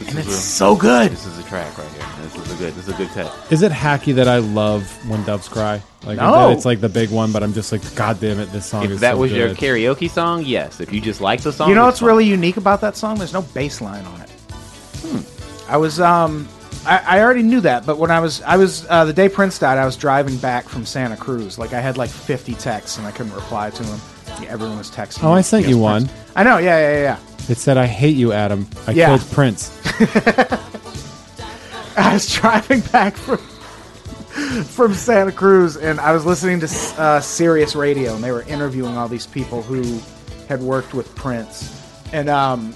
Speaker 2: And it's so good.
Speaker 4: This is a track right here. This is a good. This is a good test.
Speaker 3: is it hacky that I love when doves cry? Like
Speaker 2: No.
Speaker 3: that it's like the big one, but I'm just like, god damn it, this song
Speaker 4: If
Speaker 3: is
Speaker 4: that
Speaker 3: so
Speaker 4: was your
Speaker 3: good."
Speaker 4: karaoke song, yes. If you just like the song,
Speaker 2: You know
Speaker 4: it's
Speaker 2: what's
Speaker 4: fine.
Speaker 2: really unique about that song? There's no bass line on it. I was um I, I already knew that, but when I was I was uh, the day Prince died, I was driving back from Santa Cruz. Like I had like 50 texts and I couldn't reply to them. Yeah, everyone was texting.
Speaker 3: Oh,
Speaker 2: me,
Speaker 3: I sent
Speaker 2: "Yes,
Speaker 3: you one."
Speaker 2: Prince." I know. Yeah, yeah, yeah.
Speaker 3: It said, "I hate you, Adam. I
Speaker 2: Yeah.
Speaker 3: killed Prince."
Speaker 2: I was driving back from from Santa Cruz, and I was listening to uh, Sirius Radio, and they were interviewing all these people who had worked with Prince, and um,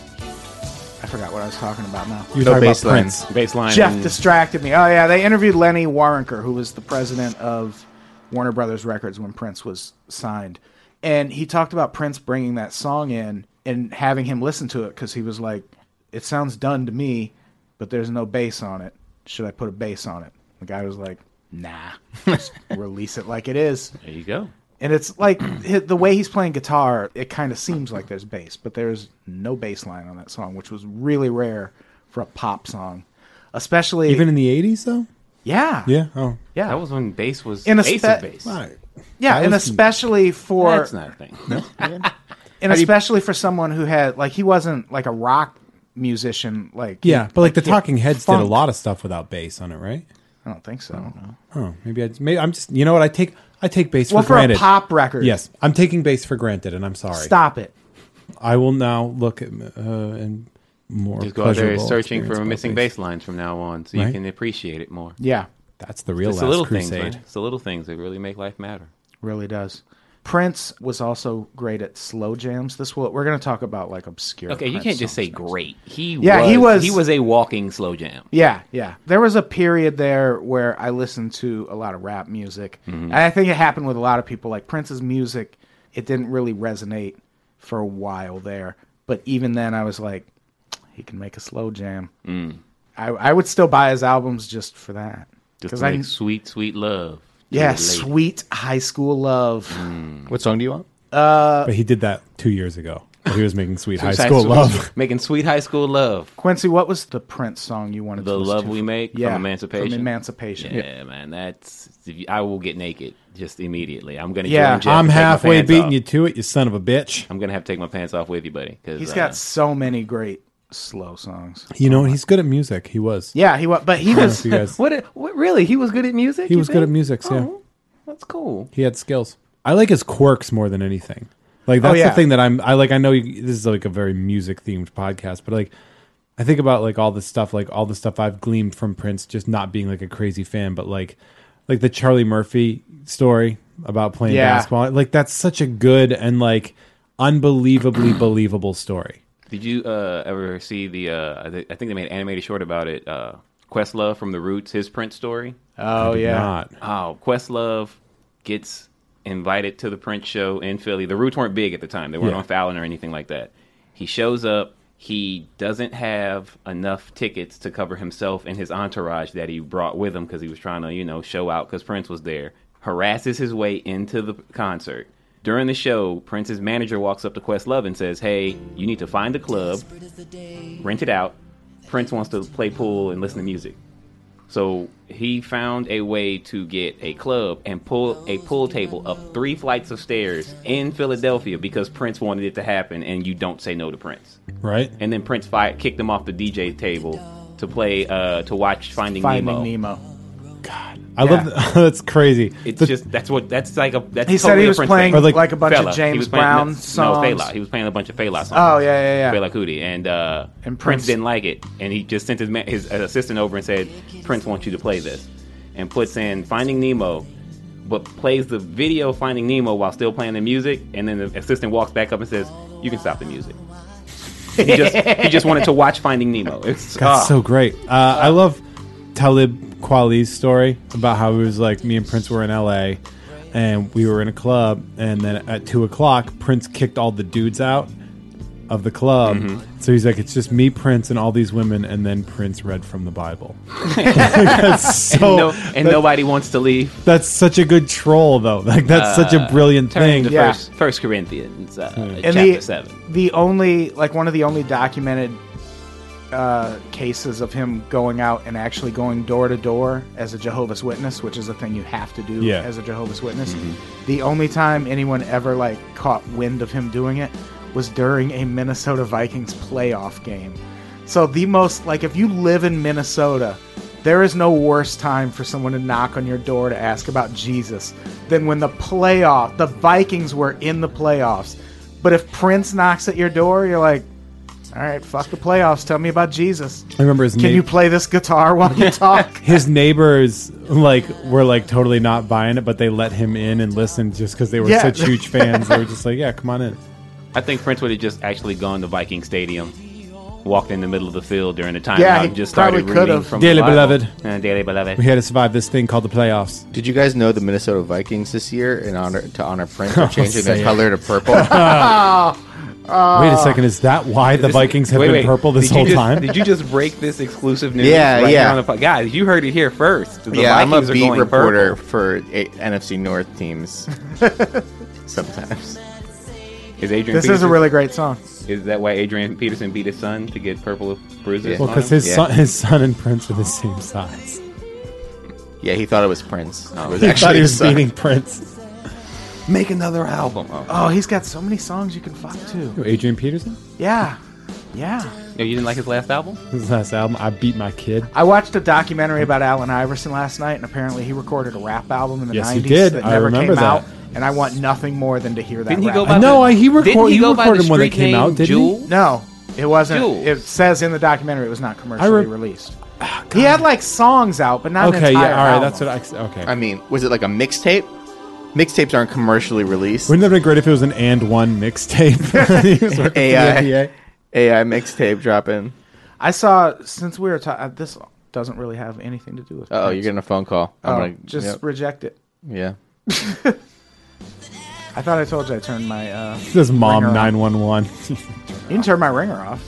Speaker 2: I forgot what I was talking about now.
Speaker 3: You were
Speaker 5: No
Speaker 3: talking about
Speaker 5: bass line.
Speaker 3: Prince.
Speaker 4: baseline.
Speaker 2: Jeff distracted me. Oh yeah, they interviewed Lenny Warrenker, who was the president of Warner Brothers Records when Prince was signed, and he talked about Prince bringing that song in and having him listen to it because he was like, "It sounds done to me, but there's no bass on it. Should I put a bass on it?" The guy was like, "Nah, just release it like it is."
Speaker 4: there you go.
Speaker 2: And it's like hi- the way he's playing guitar, it kind of seems like there's bass, but there's no bass line on that song, which was really rare for a pop song. Especially
Speaker 3: Even in the '80s, though.
Speaker 2: yeah.
Speaker 3: Yeah. Oh.
Speaker 4: Yeah, that was when bass was
Speaker 2: In a
Speaker 4: ace
Speaker 2: spe-
Speaker 4: of bass.
Speaker 2: Yeah,
Speaker 3: That
Speaker 2: and
Speaker 3: was-
Speaker 2: especially for
Speaker 4: That's not a thing.
Speaker 2: and especially for someone who had like he wasn't like a rock musician like
Speaker 3: Yeah, but like the Talking Heads did a
Speaker 2: funk.
Speaker 3: lot of stuff without bass on it, right?
Speaker 2: I don't think so. no.
Speaker 3: Oh, maybe I just, maybe I'm just you know what I take I take bass
Speaker 2: Well,
Speaker 3: for
Speaker 2: for
Speaker 3: granted.
Speaker 2: a pop record.
Speaker 3: Yes, I'm taking bass for granted, and I'm sorry.
Speaker 2: Stop it.
Speaker 3: I will now look at uh, and more.
Speaker 4: Just go out there
Speaker 3: pleasurable
Speaker 4: searching
Speaker 3: experience
Speaker 4: for
Speaker 3: about
Speaker 4: missing bass lines from now on, so you
Speaker 3: Right.
Speaker 4: can appreciate it more.
Speaker 2: Yeah.
Speaker 3: That's the real
Speaker 4: It's the
Speaker 3: last
Speaker 4: little
Speaker 3: crusade.
Speaker 4: things. Man. It's the little things that really make life matter.
Speaker 2: Really does. Prince was also great at slow jams. This will we're going to talk about like obscure.
Speaker 4: Okay, you
Speaker 2: Prince
Speaker 4: can't just
Speaker 2: songs
Speaker 4: say
Speaker 2: next.
Speaker 4: great. He
Speaker 2: Yeah,
Speaker 4: was,
Speaker 2: he was-
Speaker 4: he was a walking slow jam.
Speaker 2: Yeah, yeah. There was a period there where I listened to a lot of rap music.
Speaker 4: Mm-hmm.
Speaker 2: And I think it happened with a lot of people. Like Prince's music, it didn't really resonate for a while there. But even then, I was like, he can make a slow jam. Mm. I, I would still buy his albums just for that.
Speaker 4: Just
Speaker 2: 'Cause
Speaker 4: like
Speaker 2: I,
Speaker 4: sweet, sweet love. to
Speaker 2: yeah,
Speaker 4: the lady.
Speaker 2: sweet high school love.
Speaker 4: Mm.
Speaker 5: What song do you want?
Speaker 3: But he did that two years ago. But he was making sweet high
Speaker 4: High
Speaker 3: school love.
Speaker 4: making sweet high school love.
Speaker 2: Quincy, what was the Prince song you wanted
Speaker 4: The
Speaker 2: to listen
Speaker 4: love
Speaker 2: to?
Speaker 4: we make
Speaker 2: Yeah,
Speaker 4: from emancipation.
Speaker 2: From Emancipation.
Speaker 4: Yeah, man, that's if you- I will get naked just immediately. I'm gonna
Speaker 2: Yeah,
Speaker 4: join Jeff
Speaker 3: I'm
Speaker 4: and take my
Speaker 3: halfway
Speaker 4: pants
Speaker 3: beating
Speaker 4: off.
Speaker 3: you to it, you son of a bitch.
Speaker 4: I'm gonna have to take my pants off with you, buddy. uh, Because
Speaker 2: He's got so many great slow songs.
Speaker 3: You know he's good at music. He was.
Speaker 2: Yeah, he was, but he
Speaker 3: I don't know if
Speaker 2: was
Speaker 3: you guys-
Speaker 4: what, what? Really? He was good at music.
Speaker 3: He
Speaker 4: you
Speaker 3: was good
Speaker 4: think?
Speaker 3: at music, yeah.
Speaker 4: Oh, that's cool.
Speaker 3: He had skills. I like his quirks more than anything. Like that's
Speaker 2: Oh, yeah.
Speaker 3: the thing that I'm. I like. I know you, this is like a very music themed podcast, but like, I think about like all the stuff, like all the stuff I've gleaned from Prince, just not being like a crazy fan, but like, like the Charlie Murphy story about playing
Speaker 2: Yeah.
Speaker 3: basketball. Like that's such a good and like unbelievably believable story.
Speaker 4: Did you uh, ever see the? Uh, I, thi- I think they made an animated short about it. Uh, Questlove from the Roots, his Prince story.
Speaker 2: Oh yeah.
Speaker 3: Not.
Speaker 4: Oh, Questlove gets invited to the Prince show in Philly. The Roots weren't big at the time; they weren't
Speaker 3: Yeah.
Speaker 4: on Fallon or anything like that. He shows up. He doesn't have enough tickets to cover himself and his entourage that he brought with him because he was trying to, you know, show out because Prince was there. Harasses his way into the concert. During the show, Prince's manager walks up to Questlove and says, "Hey, you need to find a club, rent it out. Prince wants to play pool and listen to music." So he found a way to get a club and pull a pool table up three flights of stairs in Philadelphia because Prince wanted it to happen, and you don't say no to Prince.
Speaker 3: right?
Speaker 4: And then Prince fired, kicked him off the DJ table to play uh, to watch Finding,
Speaker 2: Finding
Speaker 4: Nemo.
Speaker 2: Nemo.
Speaker 3: I love that. that's crazy.
Speaker 4: It's
Speaker 3: The-
Speaker 4: just that's what that's like a that's
Speaker 2: He said
Speaker 4: totally
Speaker 2: he
Speaker 4: a
Speaker 2: was
Speaker 4: Prince
Speaker 2: playing
Speaker 4: thing.
Speaker 3: Or like
Speaker 2: like, a bunch
Speaker 4: Fela.
Speaker 2: of James
Speaker 4: He was playing-
Speaker 2: Brown
Speaker 4: no,
Speaker 2: songs.
Speaker 4: No, Fela. He was playing a bunch of Fela songs.
Speaker 2: Oh, yeah, yeah, yeah.
Speaker 4: Fela Kuti, and uh,
Speaker 2: And
Speaker 4: Prince
Speaker 2: Prince-
Speaker 4: didn't like it, and he just sent his ma- his uh, assistant over and said, "Prince wants you to play this," and puts in Finding Nemo, but plays the video Finding Nemo while still playing the music, and then the assistant walks back up and says, "You can stop the music." he just he just wanted to watch Finding Nemo. It's
Speaker 3: That's
Speaker 4: ah.
Speaker 3: so great. Uh, I love Talib Kweli's story about how it was like me and Prince were in LA and we were in a club, and then at two o'clock, Prince kicked all the dudes out of the club.
Speaker 2: Mm-hmm.
Speaker 3: So he's like, It's just me, Prince, and all these women, and then Prince read from the Bible. that's so.
Speaker 4: no, and
Speaker 3: that-
Speaker 4: nobody wants to leave.
Speaker 3: that's such a good troll, though. Like that's such a brilliant
Speaker 4: Turning
Speaker 3: thing.
Speaker 4: Uh, to
Speaker 2: Yeah. Hmm.
Speaker 4: first, first Corinthians uh,
Speaker 2: And
Speaker 4: chapter
Speaker 2: the,
Speaker 4: seven.
Speaker 2: the only, like one of the only documented uh, cases of him going out and actually going door to door as a Jehovah's Witness, which is a thing you have to do
Speaker 3: Yeah.
Speaker 2: as a Jehovah's Witness. The only time anyone ever like caught wind of him doing it was during a Minnesota Vikings playoff game. So the most like if you live in Minnesota, there is no worse time for someone to knock on your door to ask about Jesus than when the playoff the Vikings were in the playoffs. But if Prince knocks at your door, you're like, all right, fuck the playoffs. Tell me about Jesus.
Speaker 3: I remember his
Speaker 2: Can
Speaker 3: name-
Speaker 2: you play this guitar while you talk?
Speaker 3: his neighbors like were like totally not buying it, but they let him in and listen just because they were
Speaker 2: Yeah.
Speaker 3: such huge fans. They were just like, "Yeah, come on in."
Speaker 4: I think Prince would have just actually gone to Viking Stadium, walked in the middle of the field during the timeout,
Speaker 2: Yeah, he
Speaker 4: and just started
Speaker 2: probably
Speaker 4: reading
Speaker 2: could've.
Speaker 4: from
Speaker 3: Dearly
Speaker 4: the Bible.
Speaker 3: beloved.
Speaker 4: Uh, dearly beloved.
Speaker 3: We had to survive this thing called the playoffs.
Speaker 5: Did you guys know the Minnesota Vikings this year, in honor to honor Prince, are changing
Speaker 3: say
Speaker 5: their
Speaker 3: it.
Speaker 5: color to purple?
Speaker 3: wait a second, is that why the Vikings have
Speaker 4: Wait,
Speaker 3: been
Speaker 4: wait.
Speaker 3: purple this
Speaker 4: Did you
Speaker 3: whole
Speaker 4: just-
Speaker 3: time?
Speaker 4: Did you just break this exclusive news?
Speaker 5: Yeah,
Speaker 4: right
Speaker 5: yeah.
Speaker 4: here on the pod- Guys, you heard it here first. The
Speaker 5: yeah, I'm a
Speaker 4: Vikings are
Speaker 5: beat
Speaker 4: going
Speaker 5: reporter
Speaker 4: purple.
Speaker 5: for eh, a- NFC North teams. Sometimes
Speaker 4: Is Adrian?
Speaker 2: this
Speaker 4: Peterson,
Speaker 2: is a really great song.
Speaker 4: Is that why Adrian Peterson beat his son to get purple bruises?
Speaker 5: Yeah.
Speaker 3: well,
Speaker 4: on
Speaker 3: because
Speaker 4: him?
Speaker 3: his
Speaker 5: Yeah.
Speaker 3: son, his son and Prince are the same size.
Speaker 5: yeah, he thought it was Prince. It was
Speaker 3: He thought he
Speaker 5: his
Speaker 3: was
Speaker 5: son.
Speaker 3: beating Prince.
Speaker 4: make another album. Oh,
Speaker 2: Oh, he's got so many songs you can fuck to.
Speaker 3: Who, Adrian Peterson,
Speaker 2: Yeah. Yeah.
Speaker 4: no, you didn't like his last album?
Speaker 3: his last album, "I Beat My Kid."
Speaker 2: I watched a documentary about Allen Iverson last night, and apparently he recorded a rap album in the
Speaker 3: Yes,
Speaker 2: 90s
Speaker 3: he did.
Speaker 2: that
Speaker 3: I
Speaker 2: never
Speaker 3: remember
Speaker 2: came
Speaker 3: that.
Speaker 2: out. And I want nothing more than to hear that
Speaker 4: Didn't he
Speaker 2: rap
Speaker 4: go by?
Speaker 2: album.
Speaker 3: No,
Speaker 4: the,
Speaker 3: I- he record-
Speaker 4: didn't he
Speaker 3: you
Speaker 4: go by
Speaker 3: recorded
Speaker 4: the
Speaker 3: when it
Speaker 4: street
Speaker 3: came out,
Speaker 4: name
Speaker 3: didn't he?
Speaker 4: Jewel?
Speaker 2: No, it wasn't.
Speaker 4: Jules.
Speaker 2: It says in the documentary it was not commercially
Speaker 3: re-
Speaker 2: released. he had like songs out, but not an
Speaker 3: Okay, yeah, all
Speaker 2: entire
Speaker 3: right,
Speaker 2: album.
Speaker 3: that's what I. Okay,
Speaker 5: I mean, was it like a mixtape? Mixtapes aren't commercially released.
Speaker 3: wouldn't it have been great if it was an and one mixtape? He was working for the
Speaker 5: AI.
Speaker 3: NBA.
Speaker 5: AI mixtape dropping.
Speaker 2: I saw since we were talking. This doesn't really have anything to do with.
Speaker 5: Oh,
Speaker 2: Prince.
Speaker 5: you're getting a phone call. I'm
Speaker 2: Oh,
Speaker 5: gonna-
Speaker 2: just
Speaker 5: yep,
Speaker 2: reject it.
Speaker 5: yeah.
Speaker 2: I thought I told you I turned my. Uh,
Speaker 3: This is
Speaker 2: ringer
Speaker 3: mom
Speaker 2: on.
Speaker 3: nine one one.
Speaker 2: You can turn my ringer off.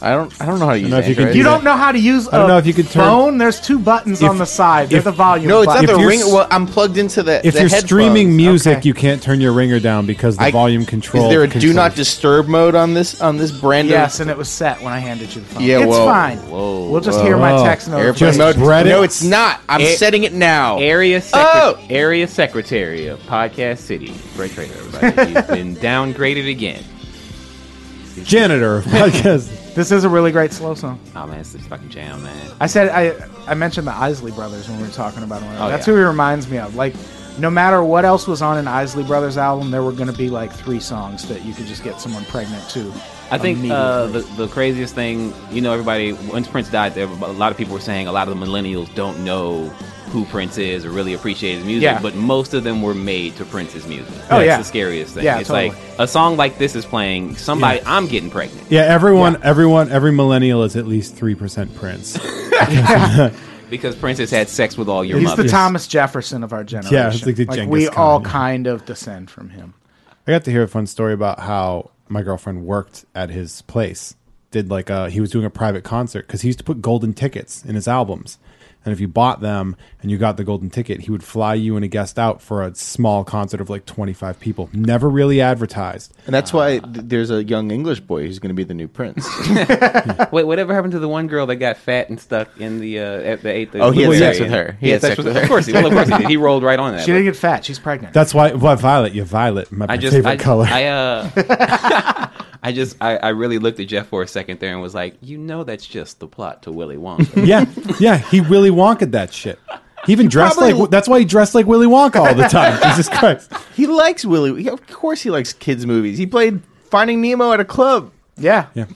Speaker 5: I don't. I don't know how to use.
Speaker 3: know if you can
Speaker 5: Android.
Speaker 3: do
Speaker 2: You
Speaker 3: that.
Speaker 2: don't know how to use. I
Speaker 3: don't know if you can turn-
Speaker 2: phone. There's two buttons
Speaker 3: If-
Speaker 2: on the side. They're
Speaker 3: if-
Speaker 2: the volume.
Speaker 5: No, it's not
Speaker 2: button.
Speaker 5: the
Speaker 3: If you're
Speaker 5: ring.
Speaker 3: s-
Speaker 5: Well, I'm plugged into the.
Speaker 3: If
Speaker 5: the
Speaker 3: you're
Speaker 5: headphones.
Speaker 3: streaming music,
Speaker 2: okay.
Speaker 3: you can't turn your ringer down because the
Speaker 5: I-
Speaker 3: volume control.
Speaker 5: Is there a do
Speaker 3: controls-
Speaker 5: not disturb mode on this on this brand?
Speaker 2: Yes,
Speaker 5: of,
Speaker 2: and it was set when I handed you the phone.
Speaker 5: Yeah,
Speaker 2: it's
Speaker 5: whoa,
Speaker 2: fine. we'll just hear my
Speaker 3: whoa.
Speaker 2: text note.
Speaker 5: airplane
Speaker 3: Just
Speaker 5: mode.
Speaker 3: read it.
Speaker 5: No, it's not. I'm
Speaker 4: Air-
Speaker 5: setting it now.
Speaker 4: Area secre-
Speaker 5: Oh!
Speaker 4: area secretary of Podcast City, Brett Trader. Everybody, you've been downgraded again.
Speaker 3: janitor podcast.
Speaker 2: This is a really great slow song.
Speaker 4: Oh man, it's a fucking jam, man.
Speaker 2: I said I I mentioned the Isley Brothers when we were talking about him.
Speaker 4: Oh,
Speaker 2: That's
Speaker 4: yeah.
Speaker 2: who he reminds me of. Like, no matter what else was on an Isley Brothers album, there were going to be like three songs that you could just get someone pregnant to.
Speaker 4: I think uh,
Speaker 2: immediately.
Speaker 4: the, the craziest thing, you know, everybody, once Prince died, there- a lot of people were saying a lot of the millennials don't know who Prince is or really appreciate his music,
Speaker 2: Yeah.
Speaker 4: but most of them were made to Prince's music.
Speaker 2: Oh,
Speaker 4: That's
Speaker 2: yeah.
Speaker 4: the scariest thing.
Speaker 2: Yeah,
Speaker 4: it's
Speaker 2: totally.
Speaker 4: like a song like this is playing, somebody, I'm getting pregnant.
Speaker 3: Yeah, everyone, everyone, every millennial is at least three percent Prince.
Speaker 4: Because Prince has had sex with all your
Speaker 2: He's the
Speaker 4: mothers.
Speaker 2: Thomas Jefferson of our generation.
Speaker 3: it's like the Genghis
Speaker 2: we
Speaker 3: Khan,
Speaker 2: all
Speaker 3: yeah.
Speaker 2: kind of descend from him.
Speaker 3: I got to hear a fun story about how my girlfriend worked at his place. Did like a, he was doing a private concert because he used to put golden tickets in his albums. And if you bought them and you got the golden ticket, he would fly you and a guest out for a small concert of like 25 people. Never really advertised.
Speaker 6: And that's why th- there's a young English boy who's going to be the new prince.
Speaker 4: Wait, whatever happened to the one girl that got fat and stuck in the uh, at the eighth?
Speaker 6: Oh, he had
Speaker 4: Well,
Speaker 6: sex with her.
Speaker 4: He, had, sex, with her. Of course, he, well, of course he did. He rolled right on that.
Speaker 2: She didn't get fat. She's pregnant.
Speaker 3: That's why, why Violet, yeah, Violet, my
Speaker 4: I just
Speaker 3: favorite
Speaker 4: I,
Speaker 3: color.
Speaker 4: I uh, I just I, I really looked at Jeff for a second there and was like, you know, that's just the plot to Willy Wonka.
Speaker 3: yeah, yeah, he Willy Wonka that shit. He even dressed
Speaker 6: probably-
Speaker 3: like that's why he dressed like Willy Wonka all the time. Jesus Christ.
Speaker 6: he likes Willy. Of course, he likes kids movies. He played Finding Nemo at a club.
Speaker 2: yeah.
Speaker 3: Yeah.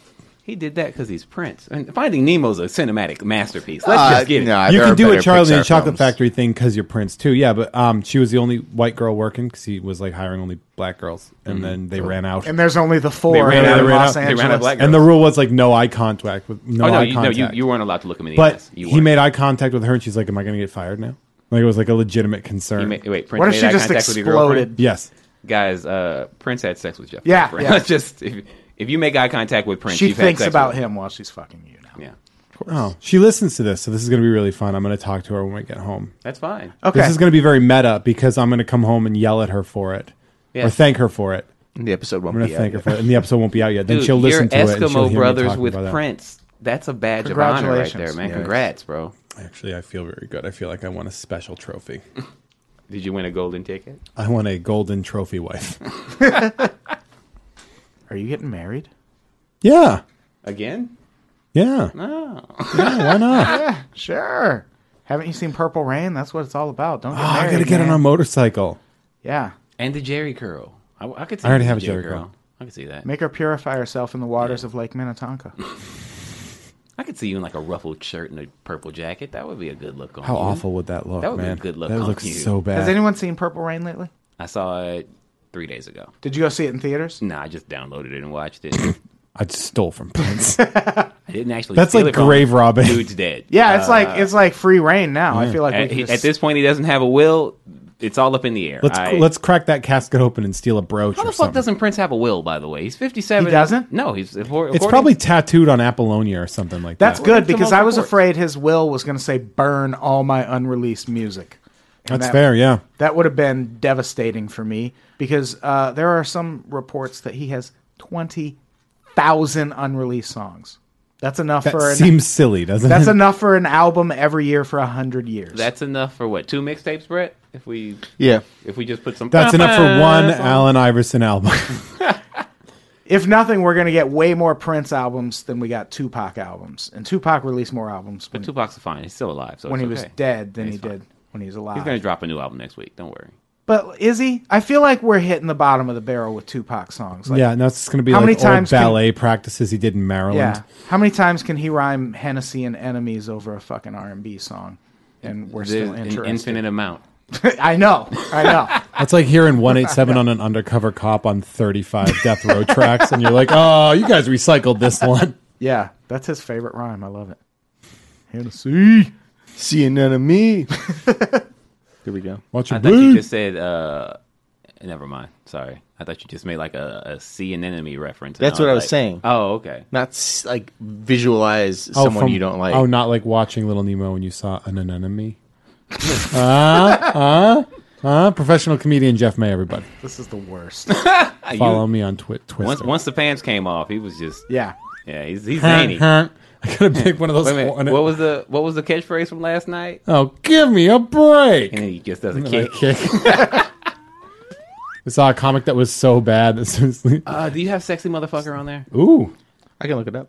Speaker 4: he did that because he's Prince. And Finding Nemo's a cinematic masterpiece.
Speaker 2: Uh,
Speaker 5: Uh,
Speaker 4: Let's just get it.
Speaker 3: you can do a Charlie and the Chocolate Factory thing because you're Prince too. Yeah, but um, she was the only white girl working because he was like hiring only black girls, and
Speaker 4: Mm-hmm.
Speaker 3: then they ran out.
Speaker 2: And there's only the four
Speaker 4: They ran
Speaker 2: in
Speaker 4: out of-
Speaker 2: Los
Speaker 4: they ran out
Speaker 2: Angeles.
Speaker 4: of black
Speaker 3: And the rule was like no eye contact with no,
Speaker 4: Oh no,
Speaker 3: eye
Speaker 4: you, no,
Speaker 3: contact.
Speaker 4: you you weren't allowed to look him in the
Speaker 3: but
Speaker 4: eyes. You
Speaker 3: he
Speaker 4: weren't.
Speaker 3: made eye contact with her, and she's like, "Am I going to get fired now?" Like it was like a legitimate concern.
Speaker 4: He made, wait, Prince
Speaker 2: What if
Speaker 4: made
Speaker 2: she
Speaker 4: eye
Speaker 2: just
Speaker 4: contact with your girlfriend?
Speaker 2: exploded?
Speaker 3: yes,
Speaker 4: guys, uh, Prince had sex with Jeff.
Speaker 2: Yeah,
Speaker 4: Before.
Speaker 2: yeah.
Speaker 4: just if, if you make eye contact with Prince,
Speaker 2: She
Speaker 4: you've had
Speaker 2: thinks
Speaker 4: sex
Speaker 2: about
Speaker 4: with
Speaker 2: him while she's fucking you now.
Speaker 4: Yeah,
Speaker 3: Oh, she listens to this, so this is going to be really fun. I'm going to talk to her when we get home.
Speaker 4: that's fine.
Speaker 2: Okay.
Speaker 3: This is going to be very meta because I'm going to come home and yell at her for it
Speaker 4: Yeah.
Speaker 3: or thank her for it.
Speaker 6: The episode won't
Speaker 3: I'm going
Speaker 6: be
Speaker 3: to
Speaker 6: out
Speaker 3: thank her
Speaker 6: yet.
Speaker 3: for it, and the episode won't be out yet. Then
Speaker 4: Dude,
Speaker 3: she'll listen to
Speaker 4: you're
Speaker 3: it. and she'll hear
Speaker 4: Eskimo
Speaker 3: me
Speaker 4: Brothers
Speaker 3: talking
Speaker 4: with
Speaker 3: about that.
Speaker 4: Prince. That's a badge of honor right there,
Speaker 2: Congratulations.
Speaker 4: man.
Speaker 2: Yeah.
Speaker 4: Congrats, bro.
Speaker 3: Actually, I feel very good. I feel like I won a special trophy.
Speaker 4: Did you win a golden ticket?
Speaker 3: I won a golden trophy wife.
Speaker 2: Are you getting married?
Speaker 3: yeah.
Speaker 4: Again?
Speaker 3: Yeah.
Speaker 4: No.
Speaker 3: Yeah, why not?
Speaker 2: Sure. Haven't you seen Purple Rain? That's what it's all about. Don't get
Speaker 3: Oh,
Speaker 2: married.
Speaker 3: I got to get
Speaker 2: man.
Speaker 3: on a motorcycle.
Speaker 2: Yeah.
Speaker 4: And the Jerry curl. I, I could see
Speaker 3: I already
Speaker 4: the
Speaker 3: have a Jerry curl.
Speaker 4: I could see that.
Speaker 2: Make her purify herself in the waters of Lake Minnetonka.
Speaker 4: I could see you in like a ruffled shirt and a purple jacket. That would be a good look on
Speaker 3: How
Speaker 4: you.
Speaker 3: awful would that look,
Speaker 4: That would be a
Speaker 3: man?
Speaker 4: good look
Speaker 3: That
Speaker 4: on
Speaker 3: looks
Speaker 4: you.
Speaker 3: so bad.
Speaker 2: Has anyone seen Purple Rain lately?
Speaker 4: I saw it three days ago.
Speaker 2: Did you go see it in theaters?
Speaker 4: Nah, I just downloaded it and watched it.
Speaker 3: I just stole from Prince.
Speaker 4: I didn't actually.
Speaker 3: That's
Speaker 4: steal
Speaker 3: like
Speaker 4: it from
Speaker 3: grave
Speaker 4: him.
Speaker 3: robbing.
Speaker 4: Dude's dead.
Speaker 2: Yeah, it's like it's like free rain now. I feel like we
Speaker 4: At,
Speaker 2: can
Speaker 4: uh, he-
Speaker 2: just-
Speaker 4: at this point, he doesn't have a will. It's all up in the air.
Speaker 3: Let's
Speaker 4: I-
Speaker 3: let's crack that casket open and steal a brooch.
Speaker 4: How
Speaker 3: or
Speaker 4: the fuck
Speaker 3: something.
Speaker 4: doesn't Prince have a will? By the way, he's fifty-seven.
Speaker 2: He doesn't?
Speaker 4: No, he's. according-
Speaker 3: It's probably tattooed on Apollonia or something like
Speaker 2: That's
Speaker 3: that.
Speaker 2: good
Speaker 4: Come
Speaker 2: because
Speaker 4: on,
Speaker 2: I was
Speaker 4: support.
Speaker 2: afraid his will was going to say burn all my unreleased music. And
Speaker 3: That's
Speaker 2: that-
Speaker 3: fair. Yeah.
Speaker 2: That would have been devastating for me because uh, there are some reports that he has twenty thousand unreleased songs. That's enough
Speaker 3: That
Speaker 2: for an,
Speaker 3: seems silly, doesn't
Speaker 2: that's
Speaker 3: it?
Speaker 2: enough for an album every year for hundred years.
Speaker 4: That's enough for what two mixtapes, Brett? If we
Speaker 6: Yeah.
Speaker 4: if we just put some.
Speaker 3: That's enough for one Allen Iverson album.
Speaker 2: if nothing, we're going to get way more Prince albums than we got Tupac albums, and Tupac released more albums when,
Speaker 4: But Tupac's fine. He's still alive. So
Speaker 2: when
Speaker 4: it's
Speaker 2: he was
Speaker 4: okay.
Speaker 2: dead than
Speaker 4: Yeah,
Speaker 2: he
Speaker 4: he's fine.
Speaker 2: did when he was alive.
Speaker 4: He's gonna drop a new album next week. Don't worry.
Speaker 2: But is he? I feel like we're hitting the bottom of the barrel with Tupac songs. Like,
Speaker 3: yeah, now it's going to be
Speaker 2: How
Speaker 3: like
Speaker 2: many
Speaker 3: old
Speaker 2: times can-
Speaker 3: ballet practices he did in Maryland.
Speaker 2: yeah. How many times can he rhyme Hennessy and enemies over a fucking R and B song? And we're
Speaker 4: There's
Speaker 2: still
Speaker 4: an
Speaker 2: interested.
Speaker 4: infinite amount.
Speaker 2: I know. I know.
Speaker 3: That's like hearing 187 on an undercover cop on 35 death row tracks, and you're like, oh, you guys recycled this one.
Speaker 2: yeah, that's his favorite rhyme. I love it. Hennessy.
Speaker 6: See none of me. Here we go.
Speaker 3: Watch
Speaker 4: I
Speaker 3: your
Speaker 4: thought you
Speaker 3: blue.
Speaker 4: just said. uh Never mind. Sorry. I thought you just made like a, a sea and enemy reference. and
Speaker 6: That's what I was
Speaker 4: like,
Speaker 6: saying.
Speaker 4: Oh, okay.
Speaker 6: Not s- like visualize someone
Speaker 3: from-
Speaker 6: you don't like.
Speaker 3: Oh, not like watching Little Nemo when you saw an anemone. uh, uh, uh, professional comedian Jeff May, everybody.
Speaker 2: This is the worst.
Speaker 4: Ah, you-
Speaker 3: Follow me on Twit
Speaker 4: once
Speaker 3: Twitter.
Speaker 4: once the pants came off, he was just
Speaker 2: Yeah.
Speaker 4: yeah. He's he's zany.
Speaker 3: Uh-huh. I gotta pick one of those.
Speaker 4: Wait a minute,
Speaker 3: one-
Speaker 4: What was the what was the catchphrase from last night?
Speaker 3: oh, give me a break.
Speaker 4: And he just doesn't
Speaker 3: Another
Speaker 4: kick.
Speaker 3: kick. we saw a comic that was so bad. That seriously-
Speaker 4: Uh, do you have sexy motherfucker on there?
Speaker 3: ooh,
Speaker 6: I can look it up.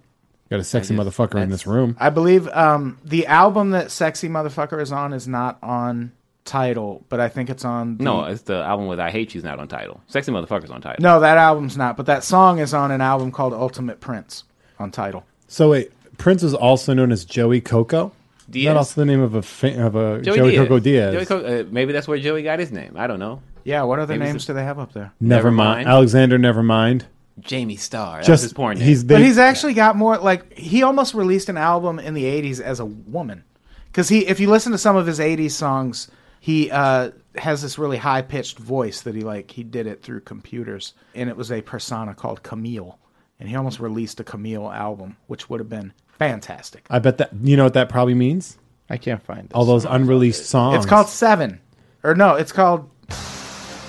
Speaker 3: got a sexy
Speaker 4: I just-
Speaker 3: motherfucker in this room.
Speaker 2: I believe um, the album that Sexy Motherfucker is on is not on title, but I think it's on. the-
Speaker 4: No, it's the album with I Hate You's not on title. Sexy motherfucker's on title.
Speaker 2: No, that album's not. But that song is on an album called Ultimate Prince on title.
Speaker 3: So wait, Prince was also known as Joey Coco. Is
Speaker 4: Diaz?
Speaker 3: that also the name of a fa- of a Joey, Coco Diaz?
Speaker 4: Joey Co- uh, maybe that's where Joey got his name. I don't know.
Speaker 2: Yeah. What other
Speaker 4: Maybe it's
Speaker 2: names
Speaker 4: a-
Speaker 2: do they have up there?
Speaker 3: never mind.
Speaker 4: Nevermind.
Speaker 3: Alexander, never mind.
Speaker 4: Jamie Starr. That's
Speaker 3: Just
Speaker 4: his porn name.
Speaker 3: he's
Speaker 2: But
Speaker 3: they-
Speaker 2: he's actually got more like he almost released an album in the 80s as a woman. Cuz he if you listen to some of his 80s songs, he uh has this really high pitched voice that he like he did it through computers and it was a persona called Camille and he almost released a Camille album which would have been fantastic.
Speaker 3: I bet that you know what that probably means.
Speaker 6: I can't find this.
Speaker 3: All those unreleased songs.
Speaker 2: It's called Seven, or no, it's called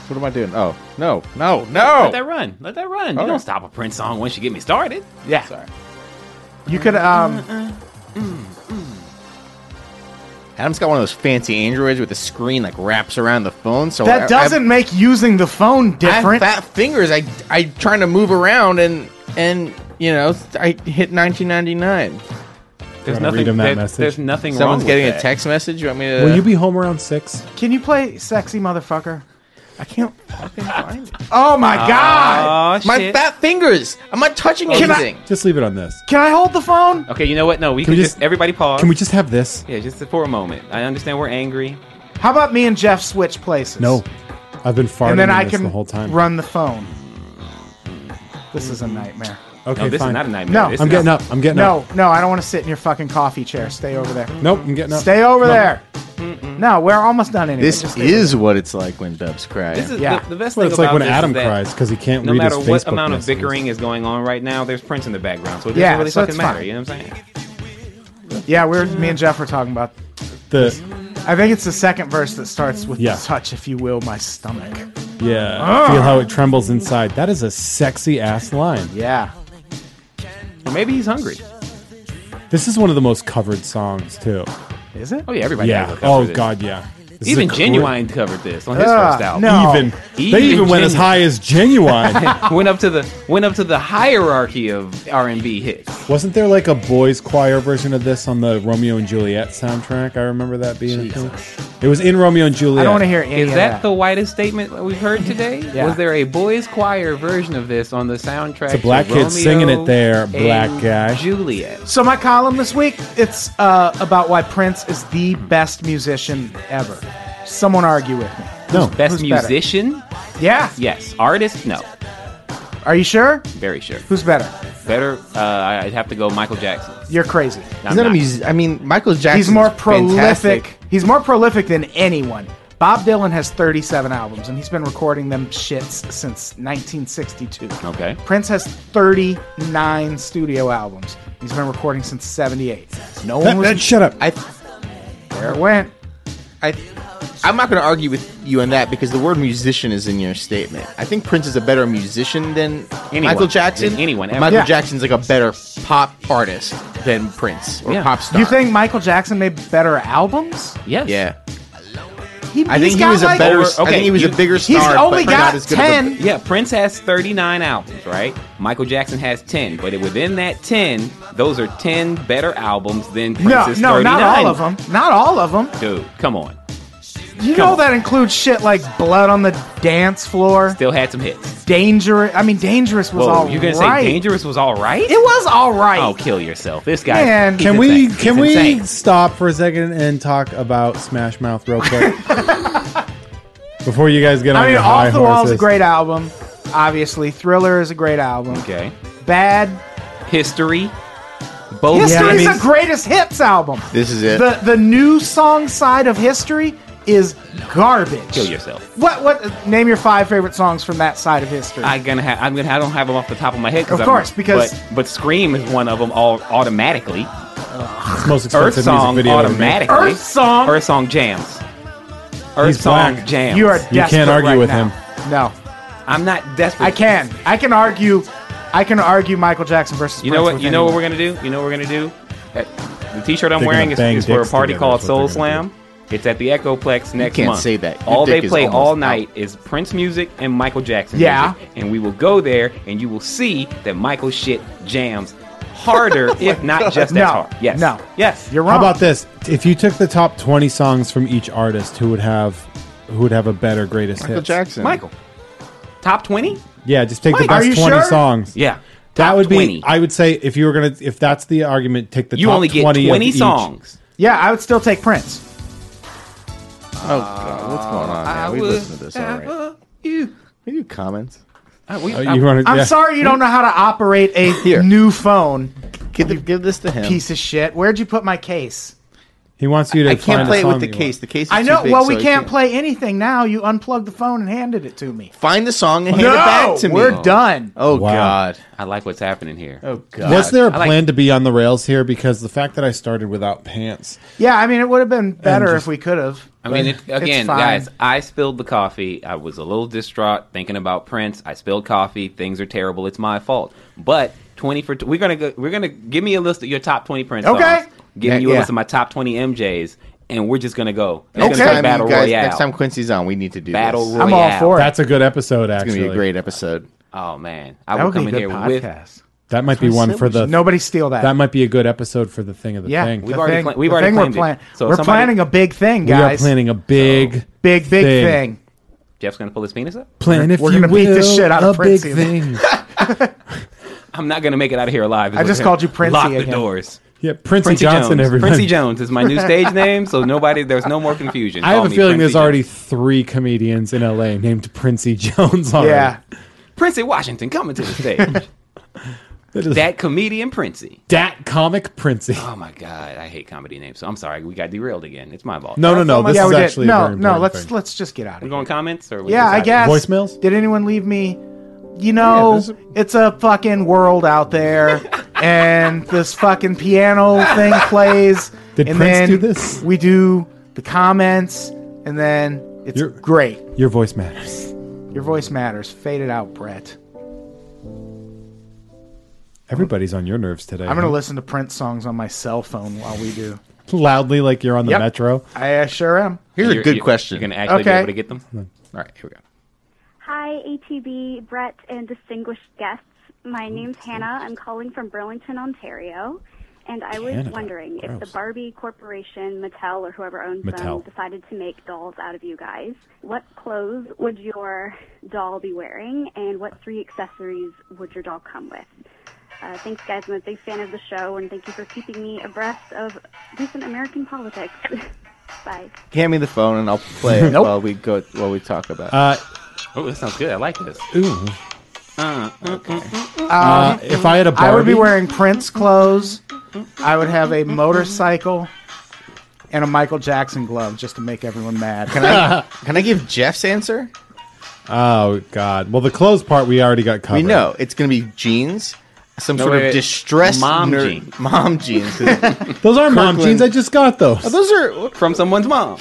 Speaker 6: What am I doing? Oh, no, no, no.
Speaker 4: Let that run. Let that run. You
Speaker 6: Okay.
Speaker 4: don't stop a Prince song once you get me started.
Speaker 2: yeah. You could um
Speaker 6: Adam's got one of those fancy androids with a screen like wraps around the phone. So Oh, I-
Speaker 2: that doesn't make using the phone
Speaker 6: I, I have
Speaker 2: different.
Speaker 6: fat fingers. I I trying to move around and and you know I hit 1999.
Speaker 4: There's
Speaker 3: Wanna
Speaker 4: nothing.
Speaker 3: read him that
Speaker 4: there-
Speaker 3: message?
Speaker 4: There's nothing wrong.
Speaker 6: Someone's
Speaker 4: with
Speaker 6: getting
Speaker 4: that.
Speaker 6: a text message. You want me to?
Speaker 3: Will you be home around six?
Speaker 2: Can you play sexy motherfucker?
Speaker 6: I can't fucking find it.
Speaker 2: Oh my god.
Speaker 4: Aw,
Speaker 6: My
Speaker 4: shit.
Speaker 6: fat fingers. I'm not touching
Speaker 2: Can I-
Speaker 6: anything.
Speaker 3: Just leave it on this.
Speaker 2: Can I hold the phone?
Speaker 4: Okay, you know what? No, we can,
Speaker 3: we
Speaker 4: just,
Speaker 3: just-
Speaker 4: everybody pause.
Speaker 3: Can we just have this?
Speaker 4: Yeah, just for a moment. I understand we're angry.
Speaker 2: How about me and Jeff switch places?
Speaker 3: No, I've been farting
Speaker 2: And then
Speaker 3: in
Speaker 2: I
Speaker 3: this
Speaker 2: can
Speaker 3: the whole time.
Speaker 2: run the phone. This is a nightmare.
Speaker 3: Okay,
Speaker 4: no, this
Speaker 3: fine.
Speaker 4: is not a nightmare.
Speaker 2: No,
Speaker 4: This
Speaker 3: I'm
Speaker 4: is-
Speaker 3: getting up. I'm getting up.
Speaker 2: No, no, I don't want to sit in your fucking coffee chair. Stay over there.
Speaker 3: Nope, I'm getting up.
Speaker 2: Stay over
Speaker 3: No.
Speaker 2: there. No, we're almost done anyway. Just stay over
Speaker 6: what it's like when Dubs cry.
Speaker 4: This is
Speaker 2: Yeah.
Speaker 4: the, the best
Speaker 3: Well,
Speaker 4: thing
Speaker 3: it's like
Speaker 4: about
Speaker 3: when
Speaker 4: this is
Speaker 3: Adam
Speaker 4: that
Speaker 3: cries because he can't
Speaker 4: No
Speaker 3: read
Speaker 4: matter
Speaker 3: his
Speaker 4: what
Speaker 3: Facebook
Speaker 4: amount of
Speaker 3: messages.
Speaker 4: bickering is going on right now, there's Prince in the background, so it doesn't
Speaker 2: Yeah,
Speaker 4: really
Speaker 2: so it's
Speaker 4: fucking matter.
Speaker 2: fine.
Speaker 4: You know what I'm saying?
Speaker 2: there. Yeah, we're me and Jeff were talking about.
Speaker 3: The
Speaker 2: I think it's the second verse that starts with
Speaker 3: Yeah.
Speaker 2: "Touch, if you will, my stomach."
Speaker 3: yeah, feel how it trembles inside. That is a sexy ass line.
Speaker 2: Yeah,
Speaker 4: Or maybe he's hungry.
Speaker 3: This is one of the most covered songs too.
Speaker 2: is it?
Speaker 4: Oh yeah, everybody. has
Speaker 3: yeah.
Speaker 4: a cover
Speaker 3: Oh
Speaker 4: of this.
Speaker 3: god, yeah. This is
Speaker 4: Even
Speaker 3: a
Speaker 4: Genuine covered this on his
Speaker 2: Ah,
Speaker 4: first album.
Speaker 2: no.
Speaker 3: Even
Speaker 4: Even
Speaker 3: they even went as
Speaker 4: Genuine.
Speaker 3: high as genuine.
Speaker 4: went up to the went up to the hierarchy of R and B hits.
Speaker 3: Wasn't there like a boys choir version of this on the Romeo and Juliet soundtrack? I remember that being. a thing. It was in Romeo and Juliet.
Speaker 2: I don't want to hear any
Speaker 4: Is
Speaker 2: of
Speaker 4: that the whitest statement that we've heard today?
Speaker 2: Yeah.
Speaker 4: Was there a boys choir version of this on the soundtrack?
Speaker 3: It's a black
Speaker 4: to
Speaker 3: kid
Speaker 4: Romeo
Speaker 3: singing it there, black
Speaker 4: and
Speaker 3: guy.
Speaker 4: Juliet.
Speaker 2: So my column this week it's uh, about why Prince is the best musician ever. Someone argue with me.
Speaker 3: no.
Speaker 4: Best
Speaker 2: Who's better?
Speaker 4: musician?
Speaker 2: Yeah.
Speaker 4: Yes. Artist? No.
Speaker 2: Are you sure?
Speaker 4: Very sure.
Speaker 2: Who's better?
Speaker 4: Better? Uh, I'd have to go Michael Jackson.
Speaker 2: You're crazy.
Speaker 4: I'm
Speaker 6: He's not a
Speaker 4: not.
Speaker 6: music. I mean, Michael Jackson.
Speaker 2: He's more prolific. He's more prolific than anyone. Bob Dylan has 37 albums, and he's been recording them shits since 1962.
Speaker 4: Okay.
Speaker 2: Prince has 39 studio albums. He's been recording since 78. No one
Speaker 3: That,
Speaker 2: was
Speaker 3: that, shut up.
Speaker 6: I,
Speaker 2: there. It went.
Speaker 6: I, I'm not going to argue with you on that because the word musician is in your statement. I think Prince is a better musician than
Speaker 4: Anyone.
Speaker 6: Michael Jackson.
Speaker 4: Than anyone
Speaker 6: But
Speaker 4: ever.
Speaker 6: Michael
Speaker 2: Yeah.
Speaker 6: Jackson's like a better pop artist than Prince or
Speaker 4: Yeah.
Speaker 6: pop star.
Speaker 2: You think Michael Jackson made better albums?
Speaker 4: Yes.
Speaker 6: Yeah,
Speaker 2: He,
Speaker 6: I
Speaker 2: he's
Speaker 6: think he
Speaker 2: got
Speaker 6: was a
Speaker 2: like-
Speaker 6: better.
Speaker 4: Over-
Speaker 6: I
Speaker 4: okay,
Speaker 6: think he was
Speaker 4: you-
Speaker 6: a bigger star.
Speaker 2: He's
Speaker 6: but
Speaker 2: only
Speaker 6: not
Speaker 2: got
Speaker 6: as good of a-
Speaker 2: 10.
Speaker 4: Yeah, Prince has 39 albums, right? Michael Jackson has 10, but within that 10, those are 10 better albums than
Speaker 2: No,
Speaker 4: Prince's
Speaker 2: no,
Speaker 4: 39.
Speaker 2: not all of them. Not all of them.
Speaker 4: Dude, come on.
Speaker 2: You
Speaker 4: Come
Speaker 2: know
Speaker 4: on.
Speaker 2: that includes shit like Blood on the Dance Floor,
Speaker 4: Still had some hits.
Speaker 2: Dangerous. I mean, Dangerous was
Speaker 4: Whoa,
Speaker 2: all
Speaker 4: you're gonna
Speaker 2: right.
Speaker 4: say Dangerous was all right?
Speaker 2: It was all right.
Speaker 4: Oh, kill yourself. This guy.
Speaker 2: Man.
Speaker 4: he's
Speaker 3: Can
Speaker 4: insane.
Speaker 3: we
Speaker 4: He's
Speaker 3: can we
Speaker 4: insane.
Speaker 3: stop for a second and talk about Smash Mouth real quick before you guys get on
Speaker 2: I mean,
Speaker 3: your high
Speaker 2: Off the Wall is a
Speaker 3: horses?
Speaker 2: great album. Obviously, Thriller is a great album.
Speaker 4: Okay.
Speaker 2: Bad
Speaker 4: History. Both
Speaker 2: History's
Speaker 4: Emmys.
Speaker 2: the greatest hits album.
Speaker 6: This is it.
Speaker 2: The the new song side of History is garbage.
Speaker 4: Kill yourself.
Speaker 2: What what? Name your five favorite songs from that side of history.
Speaker 4: I gonna have. I'm gonna. I don't have them off the top of my head. 'cause
Speaker 2: Of
Speaker 4: I'm-
Speaker 2: course, because-
Speaker 4: but, but Scream is one of them. All automatically.
Speaker 3: It's the most
Speaker 4: Earth
Speaker 3: expensive music
Speaker 4: song
Speaker 3: video ever made.
Speaker 4: automatically.
Speaker 2: Earth Song?
Speaker 4: Earth song jams. Earth
Speaker 3: He's
Speaker 4: song
Speaker 3: black.
Speaker 4: jams.
Speaker 2: you are.
Speaker 3: You can't
Speaker 2: desperate
Speaker 3: argue
Speaker 2: right
Speaker 3: with
Speaker 2: now.
Speaker 3: him.
Speaker 2: No,
Speaker 4: I'm not desperate.
Speaker 2: I can. I can argue. I can argue Michael Jackson versus.
Speaker 4: You know
Speaker 2: Prince
Speaker 4: what?
Speaker 2: with
Speaker 4: You know what
Speaker 2: anyone.
Speaker 4: we're gonna do? You know what we're gonna do? Uh, The T-shirt I'm
Speaker 3: They're
Speaker 4: wearing
Speaker 3: gonna
Speaker 4: is,
Speaker 3: bang
Speaker 4: is for a
Speaker 3: dicks
Speaker 4: party
Speaker 3: together,
Speaker 4: called
Speaker 3: that's what
Speaker 4: Soul
Speaker 3: they're gonna
Speaker 4: Slam. It's at the Echoplex next
Speaker 6: can't
Speaker 4: month.
Speaker 6: say that. Your
Speaker 4: all they
Speaker 6: dick is
Speaker 4: play all
Speaker 6: almost
Speaker 4: night is Prince music and Michael Jackson.
Speaker 2: Yeah.
Speaker 4: music. and we will go there, and you will see that Michael shit jams harder, if not just as
Speaker 2: No.
Speaker 4: hard. Yes.
Speaker 2: No.
Speaker 4: Yes.
Speaker 2: You're
Speaker 3: How
Speaker 2: wrong.
Speaker 3: about this? If you took the top twenty songs from each artist, who would have who would have a better greatest
Speaker 6: Michael
Speaker 3: hits?
Speaker 6: Jackson.
Speaker 4: Michael. Top twenty?
Speaker 3: Yeah, just take
Speaker 2: Mike,
Speaker 3: the
Speaker 2: are you
Speaker 3: best twenty
Speaker 2: sure?
Speaker 3: songs.
Speaker 4: Yeah.
Speaker 3: That
Speaker 4: Top
Speaker 3: would be.
Speaker 4: 20.
Speaker 3: I would say if you were gonna, if that's the argument, take the
Speaker 4: you
Speaker 3: top
Speaker 4: only get
Speaker 3: 20,
Speaker 4: twenty,
Speaker 3: of each.
Speaker 4: songs.
Speaker 2: Yeah, I would still take Prince.
Speaker 6: Oh God, what's going on? Man? We listened to this already. Right.
Speaker 4: You.
Speaker 6: We do comments.
Speaker 4: I- we-
Speaker 3: Uh,
Speaker 4: I-
Speaker 3: you wanna,
Speaker 2: I'm
Speaker 3: yeah.
Speaker 2: sorry you don't know how to operate a
Speaker 6: Here.
Speaker 2: new phone,
Speaker 6: Give, give this to him.
Speaker 2: piece of shit. Where'd you put my case?
Speaker 3: He wants you to.
Speaker 6: I can't
Speaker 3: find
Speaker 6: play
Speaker 3: a
Speaker 6: it
Speaker 3: song
Speaker 6: with the
Speaker 3: that you
Speaker 6: case. The case. Is
Speaker 2: I know.
Speaker 6: Too big,
Speaker 2: well,
Speaker 6: so
Speaker 2: we
Speaker 6: I
Speaker 2: can't, play anything now. You unplugged the phone and handed it to me.
Speaker 6: Find the song and hand it back to me.
Speaker 2: we're done.
Speaker 6: Oh
Speaker 3: Wow.
Speaker 6: God.
Speaker 4: I like what's happening here.
Speaker 2: Oh God.
Speaker 3: want. Was there a
Speaker 4: I like-
Speaker 3: plan to be on the rails here? Because the fact that I started without pants.
Speaker 2: Yeah, I mean, it would have been better
Speaker 3: just-
Speaker 2: if we could have.
Speaker 4: I mean, it,
Speaker 2: but it's
Speaker 4: again,
Speaker 2: fine.
Speaker 4: guys, I spilled the coffee. I was a little distraught thinking about Prince. I spilled coffee. Things are terrible. It's my fault. But twenty for we're gonna go, we're gonna give me a list of your top twenty Prince
Speaker 2: Okay.
Speaker 4: songs. Giving
Speaker 6: Yeah,
Speaker 4: you a
Speaker 6: yeah.
Speaker 4: list of my top twenty MJs, and we're just gonna go. It's
Speaker 6: Next
Speaker 4: gonna be
Speaker 6: time,
Speaker 4: battle
Speaker 6: you guys,
Speaker 4: royale.
Speaker 6: next time Quincy's on, we need to do
Speaker 4: battle
Speaker 6: This.
Speaker 4: royale.
Speaker 2: I'm all for it.
Speaker 3: That's a good episode. Actually,
Speaker 6: It's gonna be a great episode.
Speaker 4: Oh man, I
Speaker 2: That
Speaker 4: will
Speaker 2: would
Speaker 4: come
Speaker 2: be a
Speaker 4: in
Speaker 2: good
Speaker 4: here with.
Speaker 2: podcast.
Speaker 3: That might be one for the.
Speaker 2: Nobody steal that.
Speaker 3: That might be a good episode for the thing of the
Speaker 2: yeah,
Speaker 3: thing.
Speaker 2: the
Speaker 4: We've already
Speaker 2: thing-
Speaker 4: pla- we've
Speaker 2: the
Speaker 4: already
Speaker 2: thing we're
Speaker 4: planned it.
Speaker 2: plan-
Speaker 4: So if
Speaker 2: we're
Speaker 4: somebody-
Speaker 2: planning a big thing,
Speaker 3: We are
Speaker 2: guys.
Speaker 3: planning a big,
Speaker 2: big, big thing.
Speaker 4: Jeff's gonna pull his penis up.
Speaker 3: Plan if
Speaker 2: We're
Speaker 3: you
Speaker 2: gonna beat the
Speaker 3: will,
Speaker 2: shit out of
Speaker 3: a big
Speaker 2: Princey.
Speaker 3: thing.
Speaker 4: I'm not gonna make it out of here alive. is
Speaker 2: I
Speaker 4: what
Speaker 2: just
Speaker 4: I'm-
Speaker 2: called you Princey
Speaker 4: Lock the
Speaker 2: again.
Speaker 4: doors.
Speaker 3: yeah, Princey,
Speaker 4: Princey
Speaker 3: Johnson.
Speaker 4: Jones.
Speaker 3: Everybody.
Speaker 4: Princey Jones is my new stage name, so nobody, there's no more confusion.
Speaker 3: I
Speaker 4: Call
Speaker 3: have a
Speaker 4: me
Speaker 3: feeling
Speaker 4: Princey
Speaker 3: there's already
Speaker 4: Jones.
Speaker 3: three comedians in LA named Princey Jones. Already.
Speaker 2: Yeah,
Speaker 4: Princey Washington coming to the stage.
Speaker 3: that, is,
Speaker 4: that comedian Princey.
Speaker 3: Dat comic Princey.
Speaker 4: Oh my god, I hate comedy names. So I'm sorry, we got derailed again. It's my fault.
Speaker 3: No, no, no. This
Speaker 2: yeah,
Speaker 3: is
Speaker 2: we did.
Speaker 3: actually a
Speaker 2: No,
Speaker 3: very
Speaker 2: no.
Speaker 3: important
Speaker 2: Let's
Speaker 3: thing.
Speaker 2: let's just get out of
Speaker 4: we
Speaker 2: here.
Speaker 4: going comments or we
Speaker 2: Yeah, I
Speaker 4: decided-
Speaker 2: guess.
Speaker 3: Voicemails?
Speaker 2: Did anyone leave me? You know,
Speaker 3: there's a-
Speaker 2: it's a fucking world out there, and this fucking piano thing plays.
Speaker 3: Did
Speaker 2: and
Speaker 3: Prince
Speaker 2: then
Speaker 3: do this?
Speaker 2: We do the comments, and then it's
Speaker 3: You're-
Speaker 2: great.
Speaker 3: Your voice matters.
Speaker 2: Your voice matters. Fade it out, Brett.
Speaker 3: Everybody's on your nerves today.
Speaker 2: I'm gonna
Speaker 3: huh?
Speaker 2: listen to Prince songs on my cell phone while we do.
Speaker 3: loudly like you're on the
Speaker 2: Yep.
Speaker 3: metro.
Speaker 2: I uh, sure am.
Speaker 6: Here's
Speaker 4: You're-
Speaker 6: a good
Speaker 4: you're-
Speaker 6: question.
Speaker 4: You're gonna actually be
Speaker 2: Okay.
Speaker 4: able to get them.
Speaker 6: All right, here we go.
Speaker 7: Hi, ATB, Brett, and distinguished guests. My name's Hannah. I'm calling from Burlington, Ontario. And I was
Speaker 3: Canada.
Speaker 7: wondering if the
Speaker 3: Gross.
Speaker 7: Barbie Corporation, Mattel, or whoever owns
Speaker 3: Mattel.
Speaker 7: them decided to make dolls out of you guys, what clothes would your doll be wearing, and what three accessories would your doll come with? Uh, thanks, guys. I'm a big fan of the show, and thank you for keeping me abreast of recent American politics. Bye.
Speaker 6: Hand me the phone and I'll play it while we go while we talk about. it.
Speaker 3: Uh,
Speaker 4: Oh, that sounds good. I like this.
Speaker 3: ooh.
Speaker 2: Um,
Speaker 3: Uh, if I had a Barbie,
Speaker 2: I would be wearing Prince clothes. I would have a motorcycle and a Michael Jackson glove just to make everyone mad.
Speaker 6: can I can I give Jeff's answer?
Speaker 3: Oh God! Well, the clothes part we already got covered.
Speaker 6: We know it's gonna be jeans, some
Speaker 4: No,
Speaker 6: sort
Speaker 4: wait,
Speaker 6: of
Speaker 4: wait.
Speaker 6: distressed
Speaker 4: Mom
Speaker 6: ner-
Speaker 4: jeans.
Speaker 6: mom jeans. 'cause
Speaker 3: those are mom
Speaker 6: Kirkland-
Speaker 3: jeans. I just got those.
Speaker 6: those are
Speaker 4: From someone's mom.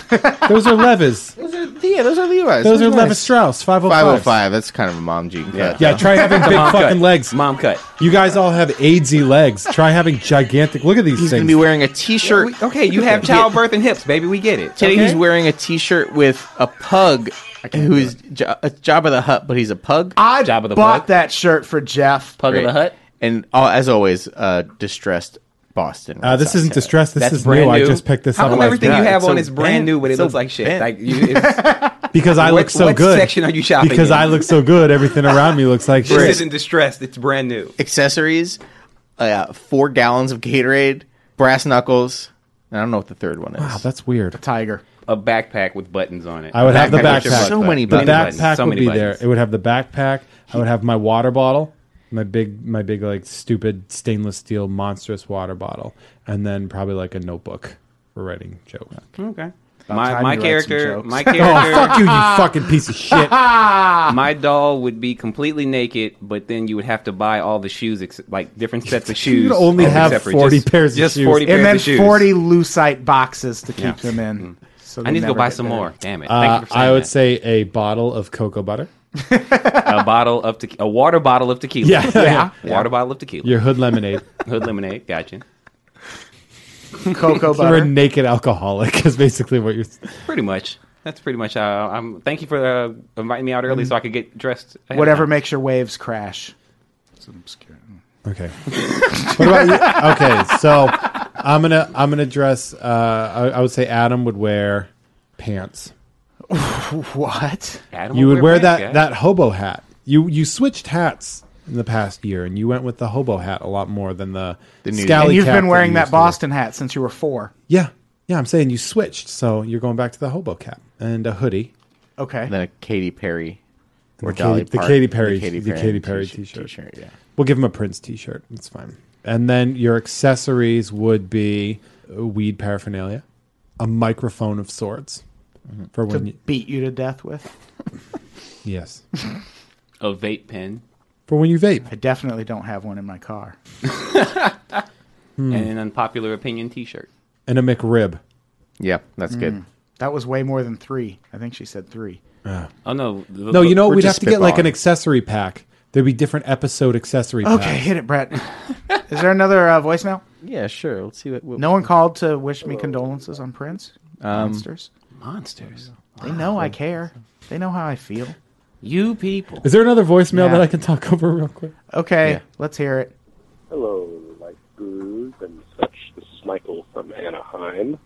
Speaker 3: those are Levis.
Speaker 6: those are yeah those are Levi's.
Speaker 3: Those are Levis Strauss. Five
Speaker 6: Five
Speaker 3: hundred
Speaker 6: hundred
Speaker 3: five.
Speaker 6: five. That's kind of a mom jean. cut.
Speaker 3: Yeah, try having big
Speaker 4: Mom
Speaker 3: fucking
Speaker 4: cut.
Speaker 3: legs.
Speaker 4: Mom cut.
Speaker 3: You guys all have AIDSy legs. Try having gigantic. Look at these
Speaker 6: He's
Speaker 3: things.
Speaker 6: gonna be wearing a t-shirt.
Speaker 4: We- okay, you have childbirth and hips, baby. We get it.
Speaker 6: Today
Speaker 4: Okay?
Speaker 6: he's wearing a T-shirt with a pug, who is jo- a Job of the Hut, but he's a pug.
Speaker 2: I
Speaker 4: Jabba the
Speaker 2: bought
Speaker 4: Hutt.
Speaker 2: that shirt for Jeff.
Speaker 4: Pug of the Hut.
Speaker 6: and oh, as always, uh, distressed Boston.
Speaker 3: Uh,
Speaker 6: Red
Speaker 3: this
Speaker 6: Sox
Speaker 3: isn't
Speaker 6: hat.
Speaker 3: distressed. This
Speaker 4: That's
Speaker 3: is
Speaker 4: brand
Speaker 3: new. I
Speaker 4: new.
Speaker 3: just picked this
Speaker 4: How
Speaker 3: up.
Speaker 4: come
Speaker 3: last
Speaker 4: everything
Speaker 3: night.
Speaker 4: you have
Speaker 6: it's
Speaker 4: on
Speaker 6: so
Speaker 4: is brand new, but it
Speaker 6: bent.
Speaker 4: looks like shit?
Speaker 6: Bent.
Speaker 4: Like you, it's,
Speaker 3: because I
Speaker 4: What-
Speaker 3: look so
Speaker 4: what
Speaker 3: good.
Speaker 4: section are you shopping
Speaker 3: Because
Speaker 4: in?
Speaker 3: I look so good, everything around me looks like
Speaker 4: this
Speaker 3: shit.
Speaker 4: isn't distressed. It's brand new.
Speaker 6: accessories, uh, four gallons of Gatorade, brass knuckles. and I don't know what the third one is.
Speaker 3: Wow, that's weird.
Speaker 2: Tiger.
Speaker 4: a backpack with buttons on it.
Speaker 3: I would have the
Speaker 6: Backpack with
Speaker 3: backpack.
Speaker 6: so many
Speaker 3: The
Speaker 6: buttons.
Speaker 3: backpack
Speaker 4: So
Speaker 3: would
Speaker 4: many
Speaker 3: be
Speaker 4: buttons.
Speaker 3: there. It would have the backpack. I would have my water bottle, my big, my big like stupid stainless steel monstrous water bottle, and then probably like a notebook for writing jokes.
Speaker 4: Okay.
Speaker 2: time
Speaker 4: My,
Speaker 2: you
Speaker 4: my
Speaker 2: write some
Speaker 4: character,
Speaker 2: jokes.
Speaker 4: my
Speaker 3: Oh
Speaker 4: character,
Speaker 3: fuck you, you fucking piece of shit! Uh,
Speaker 4: my doll would be completely naked, but then you would have to buy all the shoes, ex- like different sets of shoes.
Speaker 3: You'd only
Speaker 4: of
Speaker 3: have
Speaker 4: accessories.
Speaker 3: 40
Speaker 4: Just-
Speaker 3: pairs of
Speaker 4: just
Speaker 3: shoes.
Speaker 4: 40 pairs
Speaker 2: and then
Speaker 4: of shoes.
Speaker 2: 40 lucite boxes to keep
Speaker 4: Yeah. Mm-hmm.
Speaker 2: them in. So
Speaker 4: I
Speaker 2: they
Speaker 4: need to go
Speaker 2: never
Speaker 4: buy
Speaker 2: get
Speaker 4: some
Speaker 2: dirty.
Speaker 4: more. Damn it! Thank
Speaker 3: Uh,
Speaker 4: you for saying
Speaker 3: I would
Speaker 4: that.
Speaker 3: say a bottle of cocoa butter.
Speaker 4: a bottle of te- a water bottle of tequila.
Speaker 3: Yeah. Yeah.
Speaker 4: water bottle of tequila.
Speaker 3: Your hood lemonade.
Speaker 4: Hood lemonade. Gotcha.
Speaker 2: Cocoa
Speaker 3: You're a
Speaker 2: butter.
Speaker 3: naked alcoholic is basically what you're.
Speaker 4: Pretty much. That's pretty much. Uh, I'm. Thank you for uh, inviting me out
Speaker 3: Mm-hmm.
Speaker 4: early so I could get dressed. ahead of
Speaker 2: Whatever
Speaker 4: time.
Speaker 2: makes your waves crash.
Speaker 3: Okay. what about you? Okay, so I'm gonna I'm gonna dress. Uh, I, I would say Adam would wear pants.
Speaker 2: What?
Speaker 4: Adam
Speaker 3: You would wear
Speaker 4: pants,
Speaker 3: that
Speaker 4: guys.
Speaker 3: that hobo hat. You you switched hats in the past year, and you went with the hobo hat a lot more than the,
Speaker 6: The new-
Speaker 3: scally
Speaker 2: and you've
Speaker 3: cap
Speaker 2: been wearing
Speaker 3: you
Speaker 2: that
Speaker 3: used to wear.
Speaker 2: Boston hat since you were four.
Speaker 3: Yeah, yeah. I'm saying you switched, so you're going back to the hobo cap and a hoodie.
Speaker 2: Okay.
Speaker 6: And then a Katy Perry or
Speaker 3: The
Speaker 6: Dolly
Speaker 3: Katy- the
Speaker 6: Parton-
Speaker 3: Katy Perry- the Katy Perry t-shirt.
Speaker 6: Yeah.
Speaker 3: We'll give him a Prince T-shirt. It's fine. And then your accessories would be uh, weed paraphernalia. a microphone of sorts for
Speaker 2: to
Speaker 3: when you,
Speaker 2: beat you to death with.
Speaker 3: yes
Speaker 4: A vape pen.
Speaker 3: for when you vape.
Speaker 2: I definitely don't have one in my car.
Speaker 3: Hmm.
Speaker 4: and an unpopular opinion T-shirt.
Speaker 3: and a McRib.
Speaker 6: Yeah, that's good.
Speaker 2: That was way more than three. I think she said three.
Speaker 4: Oh no! the-
Speaker 3: No, you know
Speaker 6: we're
Speaker 3: we'd have
Speaker 6: just
Speaker 3: to get like an
Speaker 6: spitballing.
Speaker 3: accessory pack. There'd be different episode accessory.
Speaker 2: Okay, hit it, Brett. Is there another uh, voicemail?
Speaker 6: Yeah, sure. Let's see what. what
Speaker 2: No one called to wish me condolences on Prince. Monsters.
Speaker 4: monsters.
Speaker 2: They know I care. They know how I feel.
Speaker 4: You people.
Speaker 3: Is there another voicemail
Speaker 2: Yeah.
Speaker 3: that I can talk over real quick?
Speaker 2: Okay, let's hear it.
Speaker 8: Hello, Life Brews and such. This is Michael from Anaheim.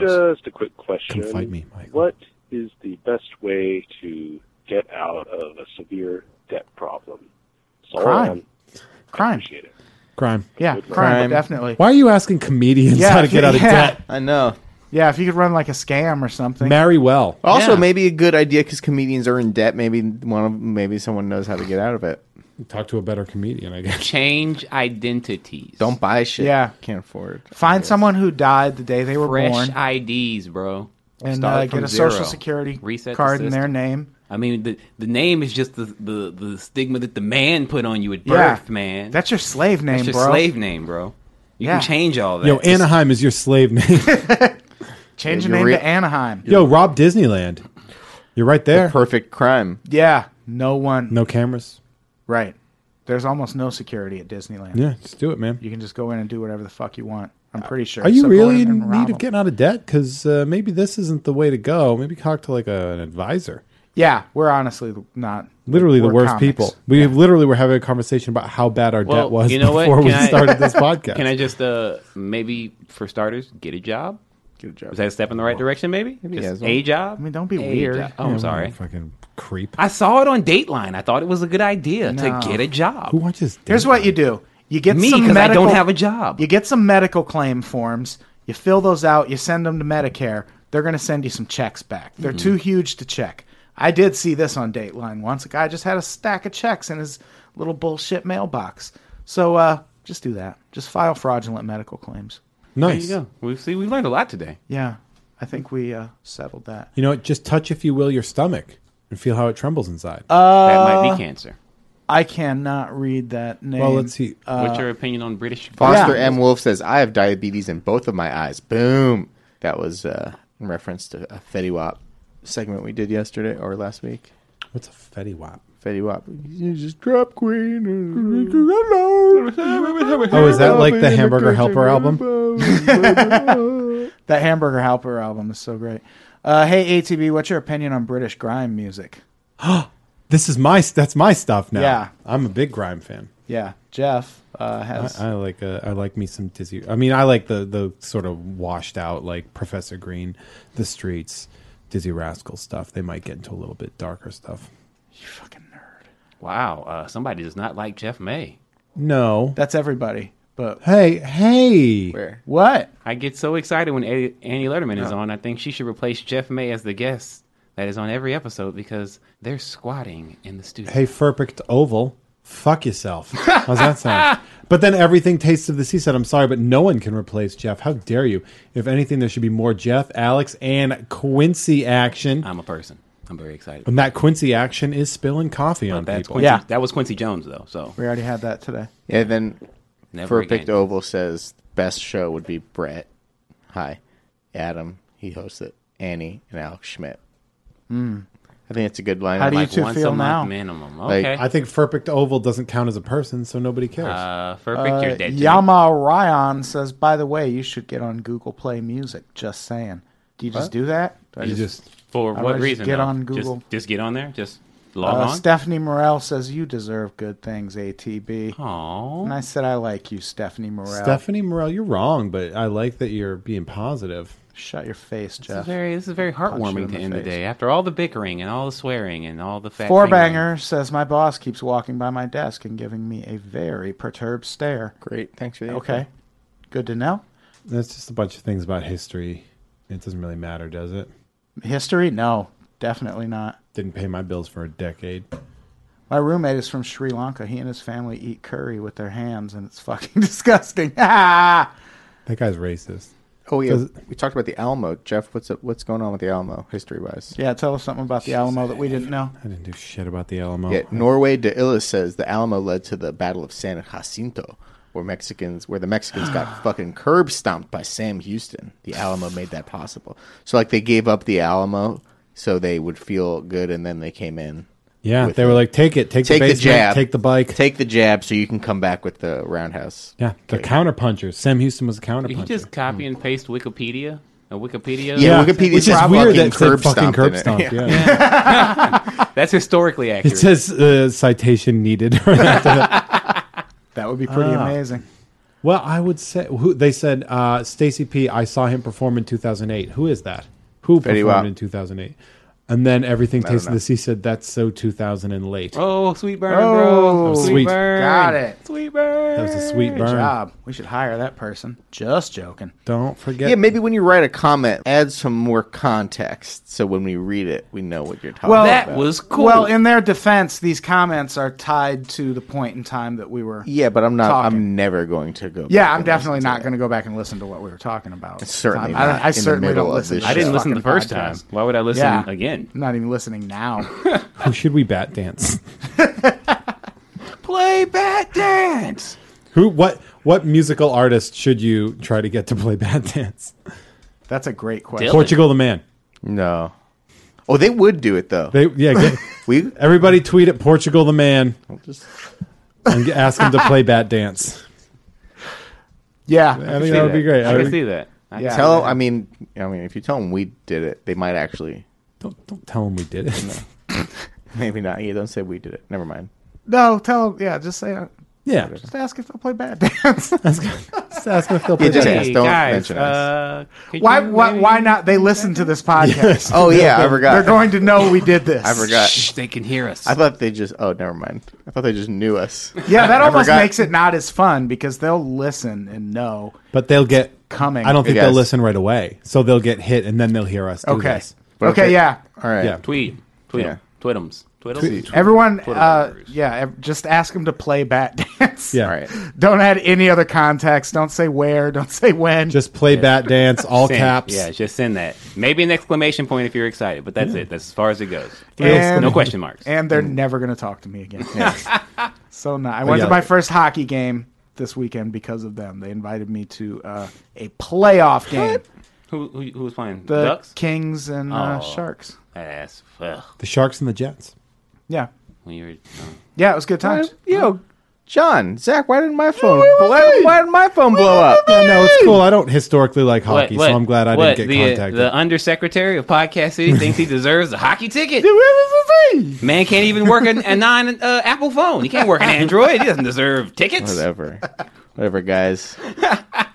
Speaker 8: Just a quick question.
Speaker 3: Come fight me, Michael.
Speaker 8: What is the best way to get out of a severe debt problem? So
Speaker 2: Crime.
Speaker 8: On.
Speaker 2: Crime.
Speaker 8: Appreciate it.
Speaker 3: Crime.
Speaker 2: Yeah, crime,
Speaker 6: Crime.
Speaker 2: definitely.
Speaker 3: Why are you asking comedians
Speaker 2: Yeah,
Speaker 3: how to get out of
Speaker 2: yeah.
Speaker 3: debt?
Speaker 6: I know.
Speaker 2: Yeah, if you could run like a scam or something.
Speaker 3: Marry well.
Speaker 6: Also,
Speaker 4: Yeah.
Speaker 6: maybe a good idea because comedians are in debt. Maybe one of maybe someone knows how to get out of it.
Speaker 3: Talk to a better comedian, I guess.
Speaker 4: Change identities.
Speaker 6: Don't buy shit.
Speaker 2: Yeah.
Speaker 6: can't afford.
Speaker 2: Find someone who died the day they were
Speaker 4: fresh
Speaker 2: born
Speaker 4: IDs, bro.
Speaker 2: and
Speaker 4: Start
Speaker 2: uh,
Speaker 4: from
Speaker 2: get a
Speaker 4: zero.
Speaker 2: social security
Speaker 4: Reset the
Speaker 2: card in their
Speaker 4: system.
Speaker 2: name.
Speaker 4: I mean, the the name is just the the, the stigma that the man put on you at
Speaker 2: Yeah.
Speaker 4: birth, man.
Speaker 2: That's your slave name,
Speaker 4: That's your
Speaker 2: bro.
Speaker 4: slave name, bro. You
Speaker 2: Yeah.
Speaker 4: can change all that.
Speaker 3: Yo, Anaheim is your slave name.
Speaker 2: Change your
Speaker 6: Yeah,
Speaker 2: name
Speaker 6: you're
Speaker 2: to
Speaker 6: real-
Speaker 2: Anaheim.
Speaker 3: Yo, Rob Disneyland. You're right there.
Speaker 6: Perfect crime.
Speaker 2: Yeah, no one.
Speaker 3: No cameras.
Speaker 2: Right. There's almost no security at Disneyland.
Speaker 3: Yeah, just do it, man.
Speaker 2: You can just go in and do whatever the fuck you want. I'm pretty sure.
Speaker 3: Are you
Speaker 2: So go
Speaker 3: really
Speaker 2: in
Speaker 3: in
Speaker 2: and rob
Speaker 3: need of
Speaker 2: them.
Speaker 3: getting out of debt? Because uh, maybe this isn't the way to go. Maybe talk to like a, an advisor.
Speaker 2: Yeah, we're honestly not.
Speaker 3: Literally the
Speaker 2: we're
Speaker 3: worst
Speaker 2: comics.
Speaker 3: people. We literally were having a conversation about how bad our
Speaker 4: Well,
Speaker 3: debt was
Speaker 4: you know what?
Speaker 3: before we
Speaker 4: Can I-
Speaker 3: started this podcast.
Speaker 4: Can I just uh maybe for starters get a job?
Speaker 2: Get a job.
Speaker 4: Is that a step in the right direction? Maybe,
Speaker 6: guys
Speaker 4: just
Speaker 6: want-
Speaker 4: a job.
Speaker 2: I mean, don't be
Speaker 4: A
Speaker 2: weird.
Speaker 4: job. Oh, I'm sorry.
Speaker 3: Fucking creep.
Speaker 4: I saw it on Dateline. I thought it was a good idea
Speaker 2: No.
Speaker 4: to get a job.
Speaker 3: Who watches?
Speaker 2: Here's
Speaker 3: Disney?
Speaker 2: what you do. You get
Speaker 4: Me,
Speaker 2: some
Speaker 4: because I
Speaker 2: medical,
Speaker 4: don't have a job.
Speaker 2: You get some medical claim forms. You fill those out. You send them to Medicare. They're going to send you some checks back. They're
Speaker 4: Mm-hmm.
Speaker 2: too huge to check. I did see this on Dateline once. A guy just had a stack of checks in his little bullshit mailbox. So uh, just do that. Just file fraudulent medical claims.
Speaker 4: There
Speaker 3: Nice.
Speaker 4: you go. We see. We learned a lot today.
Speaker 2: Yeah, I think we uh, settled that.
Speaker 3: You know what? Just touch, if you will, your stomach and feel how it trembles inside.
Speaker 2: Um,
Speaker 4: that
Speaker 2: Uh,
Speaker 4: might be cancer.
Speaker 2: I cannot read that name.
Speaker 3: well, let's see.
Speaker 2: uh,
Speaker 4: What's your opinion on British?
Speaker 6: Foster
Speaker 2: Yeah.
Speaker 6: M. Wolf says, "I have diabetes in both of my eyes." Boom. That was uh, in reference to a Fetty Wap segment we did yesterday or last week.
Speaker 3: What's a Fetty Wap?
Speaker 6: Fetty Wap, you just drop queen.
Speaker 3: Oh, is that like the Hamburger Helper album?
Speaker 2: That Hamburger Helper album is so great. Uh, hey, ATB, what's your opinion on British grime music?
Speaker 3: This is my that's my stuff now.
Speaker 2: Yeah.
Speaker 3: I'm a big grime fan.
Speaker 2: Yeah, Jeff uh, has.
Speaker 3: I, I like uh, I like me some dizzy. I mean, I like the the sort of washed out like Professor Green, the streets, Dizzy Rascal stuff. They might get into a little bit darker stuff.
Speaker 2: you fucking nerd.
Speaker 4: Wow, uh, somebody does not like Jeff May.
Speaker 3: No.
Speaker 2: That's everybody. But
Speaker 3: Hey, hey.
Speaker 6: Where?
Speaker 2: what?
Speaker 4: I get so excited when A- Annie Letterman is on. I think she should replace Jeff May as the guest that is on every episode because they're squatting in the studio.
Speaker 3: Hey, perfect oval. Fuck yourself. How's that sound? but then everything tastes of the seaside. I'm sorry, but no one can replace Jeff. How dare you? If anything, there should be more Jeff, Alex, and Quincy action.
Speaker 4: I'm a person. I'm very excited.
Speaker 3: And that Quincy action is spilling coffee on
Speaker 4: That's
Speaker 3: people.
Speaker 4: Quincy,
Speaker 2: Yeah.
Speaker 4: that was Quincy Jones though. So
Speaker 2: We already had that today.
Speaker 6: Yeah, then
Speaker 4: never
Speaker 6: Perfect
Speaker 4: again.
Speaker 6: Oval says best show would be Brett. Hi, Adam. He hosts it. Annie and Alex Schmidt. I think it's a good line.
Speaker 2: How do you
Speaker 4: Like
Speaker 2: two
Speaker 4: once
Speaker 2: feel
Speaker 4: a month
Speaker 2: now?
Speaker 4: minimum.
Speaker 6: Like,
Speaker 4: Okay.
Speaker 3: I think perfect oval doesn't count as a person, so nobody cares.
Speaker 4: uh, perfect. you're dead. to me.
Speaker 2: Yama Ryan says, by the way, you should get on Google Play Music. Just saying. Do you just do that? Do I
Speaker 3: you just
Speaker 4: For
Speaker 2: I'm
Speaker 4: what
Speaker 2: gonna just
Speaker 4: reason?
Speaker 2: get
Speaker 4: though?
Speaker 2: on Google.
Speaker 4: Just, just get on there. Just log
Speaker 2: Uh,
Speaker 4: on.
Speaker 2: Stephanie Morel says, you deserve good things, ATB.
Speaker 4: Aw.
Speaker 2: And I said, I like you, Stephanie Morel.
Speaker 3: Stephanie Morel, you're wrong, but I like that you're being positive.
Speaker 2: Shut your face,
Speaker 4: This is
Speaker 2: Jeff.
Speaker 4: very, this is very
Speaker 2: you in
Speaker 4: heartwarming to
Speaker 2: the
Speaker 4: end
Speaker 2: face.
Speaker 4: the day. After all the bickering and all the swearing and all the fat
Speaker 2: Four
Speaker 4: fingering.
Speaker 2: banger says my boss keeps walking by my desk and giving me a very perturbed stare.
Speaker 6: Great. Thanks for the
Speaker 2: Okay, good to know.
Speaker 3: That's just a bunch of things about history. It doesn't really matter, does it?
Speaker 2: History? No, definitely not.
Speaker 3: Didn't pay my bills for a decade.
Speaker 2: My roommate is from Sri Lanka. He and his family eat curry with their hands, and it's fucking disgusting. Ah!
Speaker 3: That guy's racist.
Speaker 6: Oh yeah,
Speaker 3: Does-
Speaker 6: we talked about the Alamo. Jeff, what's up, what's going on with the Alamo history wise?
Speaker 2: Yeah, tell us something about the Alamo that we didn't know.
Speaker 3: I didn't do shit about the Alamo.
Speaker 6: Yeah, Norway de Illis says the Alamo led to the Battle of San Jacinto, where Mexicans, where the Mexicans got fucking curb stomped by Sam Houston. The Alamo made that possible. So like they gave up the Alamo so they would feel good, and then they came in.
Speaker 3: Yeah,
Speaker 6: with
Speaker 3: they were
Speaker 6: it.
Speaker 3: like, take it, take,
Speaker 6: take
Speaker 3: the
Speaker 6: the,
Speaker 3: basement,
Speaker 6: jab,
Speaker 3: take the bike.
Speaker 6: take the jab, so you can come back with the roundhouse.
Speaker 3: yeah, the counterpunchers. Sam Houston was a
Speaker 4: Did
Speaker 3: counterpuncher.
Speaker 4: he just copy
Speaker 2: Hmm.
Speaker 4: and paste Wikipedia? A Wikipedia?
Speaker 6: Yeah. Wikipedia
Speaker 3: Which
Speaker 6: says
Speaker 3: is weird
Speaker 6: fucking
Speaker 3: that it said
Speaker 6: curb
Speaker 3: fucking
Speaker 6: stomped
Speaker 3: curb
Speaker 6: in it.
Speaker 3: stomp.
Speaker 6: Yeah.
Speaker 3: Yeah.
Speaker 4: That's historically
Speaker 3: It
Speaker 4: accurate.
Speaker 3: says uh, citation needed.
Speaker 2: That would be pretty amazing.
Speaker 3: well, I would say who they said uh, Stacy P. I saw him perform in 2008. Who is that? Who
Speaker 6: Fetty
Speaker 3: performed
Speaker 6: Wap.
Speaker 3: in 2008? And then everything tasted
Speaker 6: know.
Speaker 3: the sea said that's so 2000 and late.
Speaker 4: oh, sweet burn,
Speaker 2: Oh,
Speaker 4: bro. Sweet,
Speaker 3: sweet.
Speaker 4: burn.
Speaker 2: Got it.
Speaker 4: Sweet burn.
Speaker 3: That was a sweet
Speaker 2: Good
Speaker 3: burn.
Speaker 2: job. We should hire that person. Just joking.
Speaker 3: Don't forget.
Speaker 6: Yeah, maybe when you write a comment, add some more context so when we read it, we know what you're talking
Speaker 2: Well,
Speaker 6: about.
Speaker 4: That was cool.
Speaker 2: Oh. Well, in their defense, these comments are tied to the point in time that we were.
Speaker 6: Yeah, but I'm not.
Speaker 2: Talking.
Speaker 6: I'm never going to go.
Speaker 2: Yeah,
Speaker 6: back
Speaker 2: I'm
Speaker 6: and
Speaker 2: definitely
Speaker 6: listen to
Speaker 2: not
Speaker 6: that.
Speaker 2: going to go back and listen to what we were talking about.
Speaker 6: Certainly
Speaker 2: I,
Speaker 6: not
Speaker 2: I
Speaker 6: in the
Speaker 2: certainly
Speaker 6: middle
Speaker 2: don't
Speaker 6: of
Speaker 2: listen.
Speaker 6: this
Speaker 2: to
Speaker 4: I didn't
Speaker 2: this
Speaker 4: listen the
Speaker 2: fucking
Speaker 4: first
Speaker 2: podcast.
Speaker 4: time. Why would I listen
Speaker 2: Yeah,
Speaker 4: again?
Speaker 2: I'm not even listening now.
Speaker 3: who should we bat dance?
Speaker 4: Play Bat Dance.
Speaker 3: who? What? What musical artist should you try to get to play bat dance?
Speaker 2: That's a great question.
Speaker 4: Dylan.
Speaker 3: Portugal the man.
Speaker 6: No. Oh, they would do it though.
Speaker 3: They yeah. Get,
Speaker 6: we
Speaker 3: everybody tweet at Portugal the man
Speaker 6: just
Speaker 3: and get- ask him to play bat dance.
Speaker 2: Yeah,
Speaker 3: I think that would be great.
Speaker 4: I
Speaker 3: I
Speaker 4: can
Speaker 3: would-
Speaker 4: see that. I
Speaker 2: Yeah.
Speaker 6: tell. Oh, I mean, I mean, if you tell them we did it, they might actually.
Speaker 3: Don't don't tell him we did it.
Speaker 6: Maybe not. Yeah, don't say we did it. Never mind.
Speaker 2: No, tell yeah, just say uh,
Speaker 3: Yeah,
Speaker 2: just ask if they'll play bad dance.
Speaker 3: just ask him if they'll play
Speaker 6: Yeah, just
Speaker 3: that.
Speaker 6: ask.
Speaker 4: Hey,
Speaker 6: Don't
Speaker 4: guys,
Speaker 6: mention us.
Speaker 4: uh, could
Speaker 2: why
Speaker 4: you
Speaker 2: why
Speaker 4: maybe-
Speaker 2: why not? They listen to this podcast.
Speaker 6: Oh yeah, I
Speaker 2: They're
Speaker 6: forgot.
Speaker 2: going to know we did this.
Speaker 6: I forgot.
Speaker 4: Shh, they can hear us.
Speaker 6: I thought they just. Oh, never mind. I thought they just knew us.
Speaker 2: Yeah, that
Speaker 6: I
Speaker 2: almost
Speaker 6: forgot.
Speaker 2: makes it not as fun because they'll listen and know
Speaker 3: But they'll get.
Speaker 2: coming.
Speaker 3: I don't think
Speaker 6: Hey,
Speaker 3: they'll
Speaker 6: guys.
Speaker 3: listen right away, so they'll get hit and then they'll hear us. Do
Speaker 2: Okay.
Speaker 3: this.
Speaker 6: But
Speaker 2: okay.
Speaker 6: okay.
Speaker 2: Yeah.
Speaker 6: All right.
Speaker 3: Yeah.
Speaker 4: Tweet. Tweet.
Speaker 6: Yeah.
Speaker 4: Twitums. Twiddles.
Speaker 2: Everyone.
Speaker 4: Twiddle
Speaker 2: Uh,
Speaker 4: numbers.
Speaker 2: yeah. ev- Just ask them to play bat dance.
Speaker 3: Yeah.
Speaker 6: All right.
Speaker 2: Don't add any other context. Don't say where. Don't say when.
Speaker 3: Just play bat dance, all
Speaker 4: Send-
Speaker 3: caps.
Speaker 4: Yeah, just send that. Maybe an exclamation point if you're excited, but that's it. That's as far as it goes.
Speaker 2: And-
Speaker 4: no question marks.
Speaker 2: and they're never going to talk to me again. so no, I went
Speaker 3: Mm. yeah.
Speaker 2: to my first hockey game this weekend because of them. They invited me to uh, a playoff game.
Speaker 4: who, who who was playing?
Speaker 2: The
Speaker 4: Ducks.
Speaker 2: Kings and uh,
Speaker 4: Oh.
Speaker 2: Sharks.
Speaker 4: Ass. Ugh.
Speaker 3: The Sharks and the Jets.
Speaker 2: Yeah.
Speaker 4: When you were,
Speaker 2: Yeah, it was good times.
Speaker 6: Yo, John, Zach, why didn't my phone? Why, why did my phone blow up?
Speaker 3: No, no, Oh, it's cool. I don't historically like
Speaker 4: What-
Speaker 3: hockey,
Speaker 4: what-
Speaker 3: so I'm glad I
Speaker 4: what,
Speaker 3: didn't
Speaker 4: the,
Speaker 3: get contacted.
Speaker 4: The undersecretary of Podcast City thinks he deserves a hockey ticket. Man can't even work an, a non uh, Apple phone. He can't work an Android. He doesn't deserve tickets.
Speaker 6: Whatever. Whatever, guys.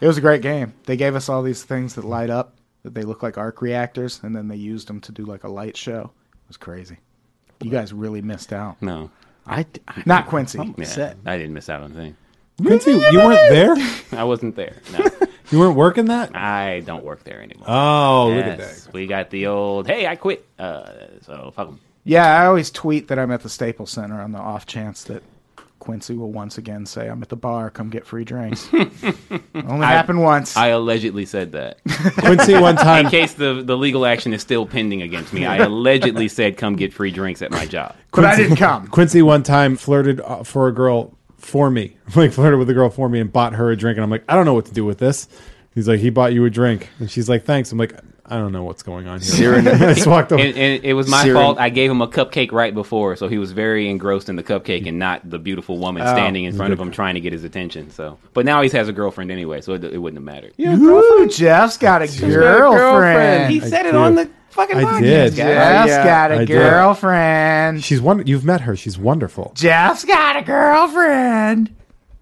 Speaker 2: It was a great game. They gave us all these things that light up that they look like arc reactors, and then they used them to do like a light show. It was crazy. You guys really missed out.
Speaker 4: No, I, I
Speaker 2: Not Quincy.
Speaker 4: yeah, I didn't miss out on a thing.
Speaker 3: Quincy, you weren't there.
Speaker 4: I wasn't there. No,
Speaker 3: You weren't working that.
Speaker 4: I don't work there anymore.
Speaker 3: Oh, look at
Speaker 4: Ah, yes,
Speaker 3: that.
Speaker 4: we got the old "Hey, I quit." Uh, so fuck 'em.
Speaker 2: Yeah, I always tweet that I'm at the Staples Center on the off chance that Quincy will once again say, I'm at the bar, come get free drinks. Only happened once.
Speaker 4: I allegedly said that.
Speaker 3: Quincy one time.
Speaker 4: In case the, the legal action is still pending against me, I allegedly said, "Come get free drinks at my job."
Speaker 2: but I didn't come.
Speaker 3: Quincy one time flirted uh, for a girl for me, like flirted with a girl for me and bought her a drink. And I'm like, I don't know what to do with this. He's like, he bought you a drink, and she's like, thanks. I'm like, I don't know what's going on here. I just walked away.
Speaker 4: And, and it was my
Speaker 6: Syrian-
Speaker 4: fault. I gave him a cupcake right before, so he was very engrossed in the cupcake and not the beautiful
Speaker 2: Oh.
Speaker 4: woman standing in front of him trying to get his attention. So, but now he has a girlfriend anyway, so it, it wouldn't have mattered.
Speaker 2: Ooh, Jeff's got a girlfriend.
Speaker 4: He
Speaker 2: Jeff's
Speaker 4: said
Speaker 3: I
Speaker 4: it on
Speaker 3: did.
Speaker 4: the fucking
Speaker 3: I
Speaker 4: podcast.
Speaker 3: did.
Speaker 4: guys.
Speaker 6: yeah.
Speaker 2: got
Speaker 3: I
Speaker 2: a
Speaker 3: did.
Speaker 2: girlfriend.
Speaker 3: She's one. You've met her. She's wonderful.
Speaker 2: Jeff's got a girlfriend.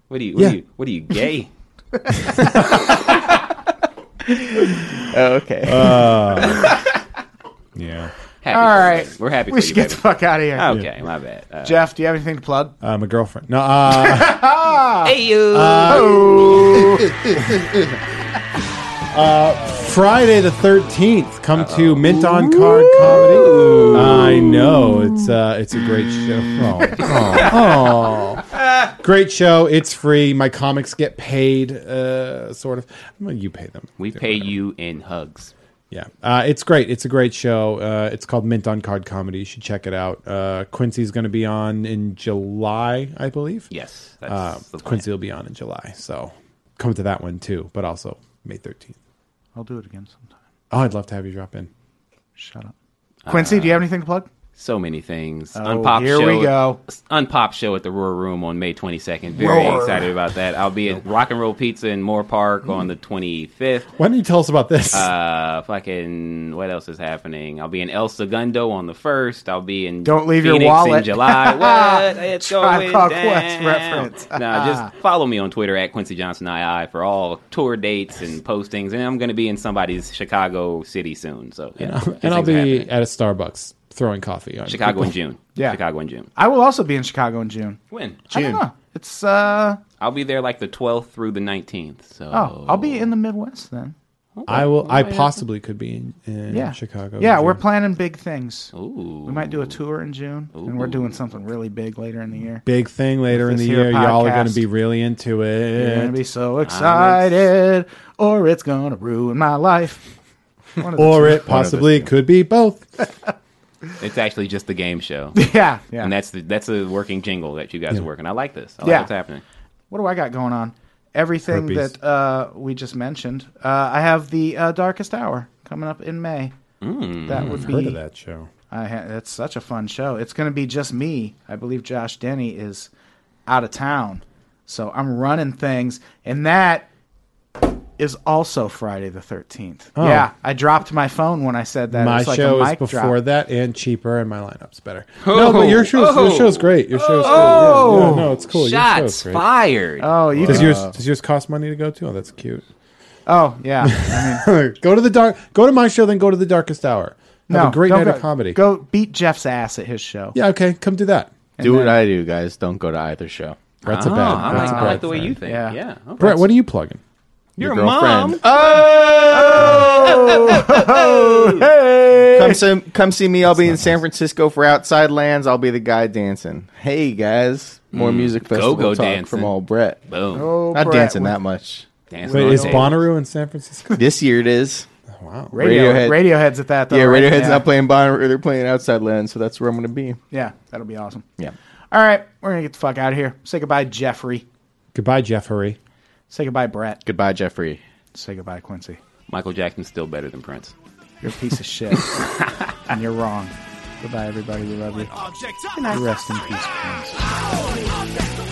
Speaker 4: What are you? What,
Speaker 3: Yeah.
Speaker 4: are you, what are you gay?
Speaker 6: Oh, okay.
Speaker 3: Yeah.
Speaker 4: Happy
Speaker 2: All
Speaker 4: for you,
Speaker 2: right.
Speaker 4: baby. we're happy
Speaker 2: We
Speaker 4: for you.
Speaker 2: should get the
Speaker 4: baby.
Speaker 2: fuck out of here.
Speaker 4: Okay, my bad. Uh,
Speaker 2: Jeff, do you have anything to plug?
Speaker 3: Uh, my girlfriend. No. Uh,
Speaker 4: hey you. Oh.
Speaker 3: uh, Friday the thirteenth. Come to Mint on Card Comedy. I know it's uh, it's a great show. Oh, oh, oh. Great show. It's free. My comics get paid, uh, sort of. Well, you pay them.
Speaker 4: We pay you in hugs.
Speaker 3: Yeah, uh, it's great. It's a great show. Uh, it's called Mint on Card Comedy. You should check it out. Uh, Quincy's going to be on in July, I believe.
Speaker 4: Yes, that's
Speaker 2: Um,
Speaker 3: uh,
Speaker 4: the plan.
Speaker 3: Quincy will be on in July, so come to that one too. But also May thirteenth.
Speaker 2: I'll do it again sometime.
Speaker 3: Oh, I'd love to have you drop in.
Speaker 2: Shut up. Quincy, do you have anything to plug?
Speaker 4: So many things.
Speaker 2: Oh,
Speaker 4: Unpop
Speaker 2: here
Speaker 4: show.
Speaker 2: we go.
Speaker 4: Unpop show at the Roar Room on May 22nd. Very
Speaker 2: Roar. Mm.
Speaker 4: excited about that. I'll be at Rock and Roll Pizza in Moore Park on the 25th.
Speaker 3: Why don't you tell us about this?
Speaker 4: Uh, fucking, what else is happening? I'll be in El Segundo on the first. I'll be in
Speaker 2: Don't leave your
Speaker 4: Phoenix in
Speaker 2: wallet.
Speaker 4: July. What? It's
Speaker 2: Tribe
Speaker 4: going
Speaker 2: Called
Speaker 4: down.
Speaker 2: Quest reference.
Speaker 4: nah, just follow me on Twitter at Quincy Johnson II for all tour dates and postings. And I'm going to be in somebody's Chicago city soon. So yeah, these
Speaker 3: and I'll
Speaker 4: things are
Speaker 3: be
Speaker 4: happening.
Speaker 3: at a Starbucks throwing coffee on
Speaker 4: Chicago in
Speaker 3: people.
Speaker 4: June.
Speaker 2: Yeah.
Speaker 4: Chicago in June.
Speaker 2: I will also be in Chicago in June.
Speaker 4: When?
Speaker 2: I don't know. It's uh
Speaker 4: I'll be there like the 12th through the 19th. So
Speaker 2: oh, I'll be in the Midwest then.
Speaker 3: I will. I possibly could be in, in
Speaker 2: Oh, Yeah,
Speaker 3: Chicago.
Speaker 2: Yeah,
Speaker 3: in
Speaker 2: we're
Speaker 3: June.
Speaker 2: planning big things.
Speaker 4: Ooh.
Speaker 2: We might do a tour in June, and we're doing something really big later in the year.
Speaker 3: big thing later in
Speaker 2: This
Speaker 3: the
Speaker 2: here
Speaker 3: year. Y'all are
Speaker 2: podcast.
Speaker 3: going to be really into
Speaker 2: You're gonna
Speaker 3: it.
Speaker 2: be so excited, or it's gonna ruin my life. One of the
Speaker 3: or
Speaker 2: two.
Speaker 3: it possibly could be both.
Speaker 4: It's actually just the game show.
Speaker 2: Yeah, yeah.
Speaker 4: And that's the, that's a working jingle that you guys are working. I like this. I like
Speaker 2: Yeah.
Speaker 4: what's happening.
Speaker 2: what do I got going on? Everything
Speaker 3: Herpes.
Speaker 2: that uh, we just mentioned. Uh, I have the uh, Darkest Hour coming up in May. that would be
Speaker 3: Mm. Heard of that show?
Speaker 2: I ha- that's such a fun show. It's going to be just me. I believe Josh Denny is out of town, so I'm running things, and that is also Friday the 13th.
Speaker 3: Oh.
Speaker 2: Yeah, I dropped my phone when I said that.
Speaker 3: my
Speaker 2: it's like
Speaker 3: show
Speaker 2: a
Speaker 3: is
Speaker 2: mic
Speaker 3: before
Speaker 2: drop.
Speaker 3: that and cheaper, and my lineup's better. no, but your show's
Speaker 4: Oh.
Speaker 3: your show's great. Your show's cool. Yeah, yeah, no, it's cool. your show's
Speaker 4: Shots
Speaker 3: great.
Speaker 4: fired.
Speaker 2: Oh, you
Speaker 3: Does Uh,
Speaker 2: can-
Speaker 3: yours does yours cost money to go to? Oh, that's cute.
Speaker 2: Oh, yeah.
Speaker 3: go to the dark. Go to my show, then go to the darkest hour. Have
Speaker 2: no,
Speaker 3: a great
Speaker 2: don't
Speaker 3: night
Speaker 2: go,
Speaker 3: of comedy.
Speaker 2: Go beat Jeff's ass at his show.
Speaker 3: Yeah, okay, come do that.
Speaker 6: do what I do, guys. Don't go to either show.
Speaker 3: That's a
Speaker 4: Oh,
Speaker 3: bad.
Speaker 4: I like,
Speaker 3: That's a
Speaker 4: I
Speaker 3: bad
Speaker 4: like the way
Speaker 3: thing.
Speaker 4: you think.
Speaker 2: Yeah.
Speaker 4: Yeah. okay.
Speaker 3: Brett, what are you plugging?
Speaker 4: Your,
Speaker 6: girlfriend.
Speaker 4: mom.
Speaker 6: Oh! Come see, come see me. I'll be in San Francisco for Outside Lands. I'll be the guy dancing. Hey guys, more music festival
Speaker 4: go-go
Speaker 6: talk
Speaker 4: dancing.
Speaker 6: from old Brett.
Speaker 4: Boom.
Speaker 2: Oh,
Speaker 6: Not
Speaker 2: Brett,
Speaker 6: dancing
Speaker 2: with
Speaker 6: that much.
Speaker 4: Dancing
Speaker 3: Wait,
Speaker 4: on
Speaker 3: is
Speaker 4: stage.
Speaker 3: Bonnaroo in San Francisco?
Speaker 6: This year it is.
Speaker 3: Wow.
Speaker 2: Radiohead.
Speaker 6: Radiohead.
Speaker 2: Radiohead's at that though.
Speaker 6: yeah,
Speaker 2: right?
Speaker 6: Radiohead's
Speaker 2: yeah.
Speaker 6: not playing Bonnaroo. They're playing Outside Lands, so that's where I'm going to be.
Speaker 2: Yeah, that'll be awesome.
Speaker 6: Yeah.
Speaker 2: All right, we're gonna get the fuck out of here. Say goodbye, Jeffrey.
Speaker 3: Goodbye, Jeffrey.
Speaker 2: Say goodbye, Brett.
Speaker 6: Goodbye, Jeffrey.
Speaker 2: Say goodbye, Quincy.
Speaker 4: Michael Jackson's still better than Prince.
Speaker 2: You're a piece of shit. and you're wrong. Goodbye, everybody. We love you. Rest in peace, Prince.
Speaker 9: Object of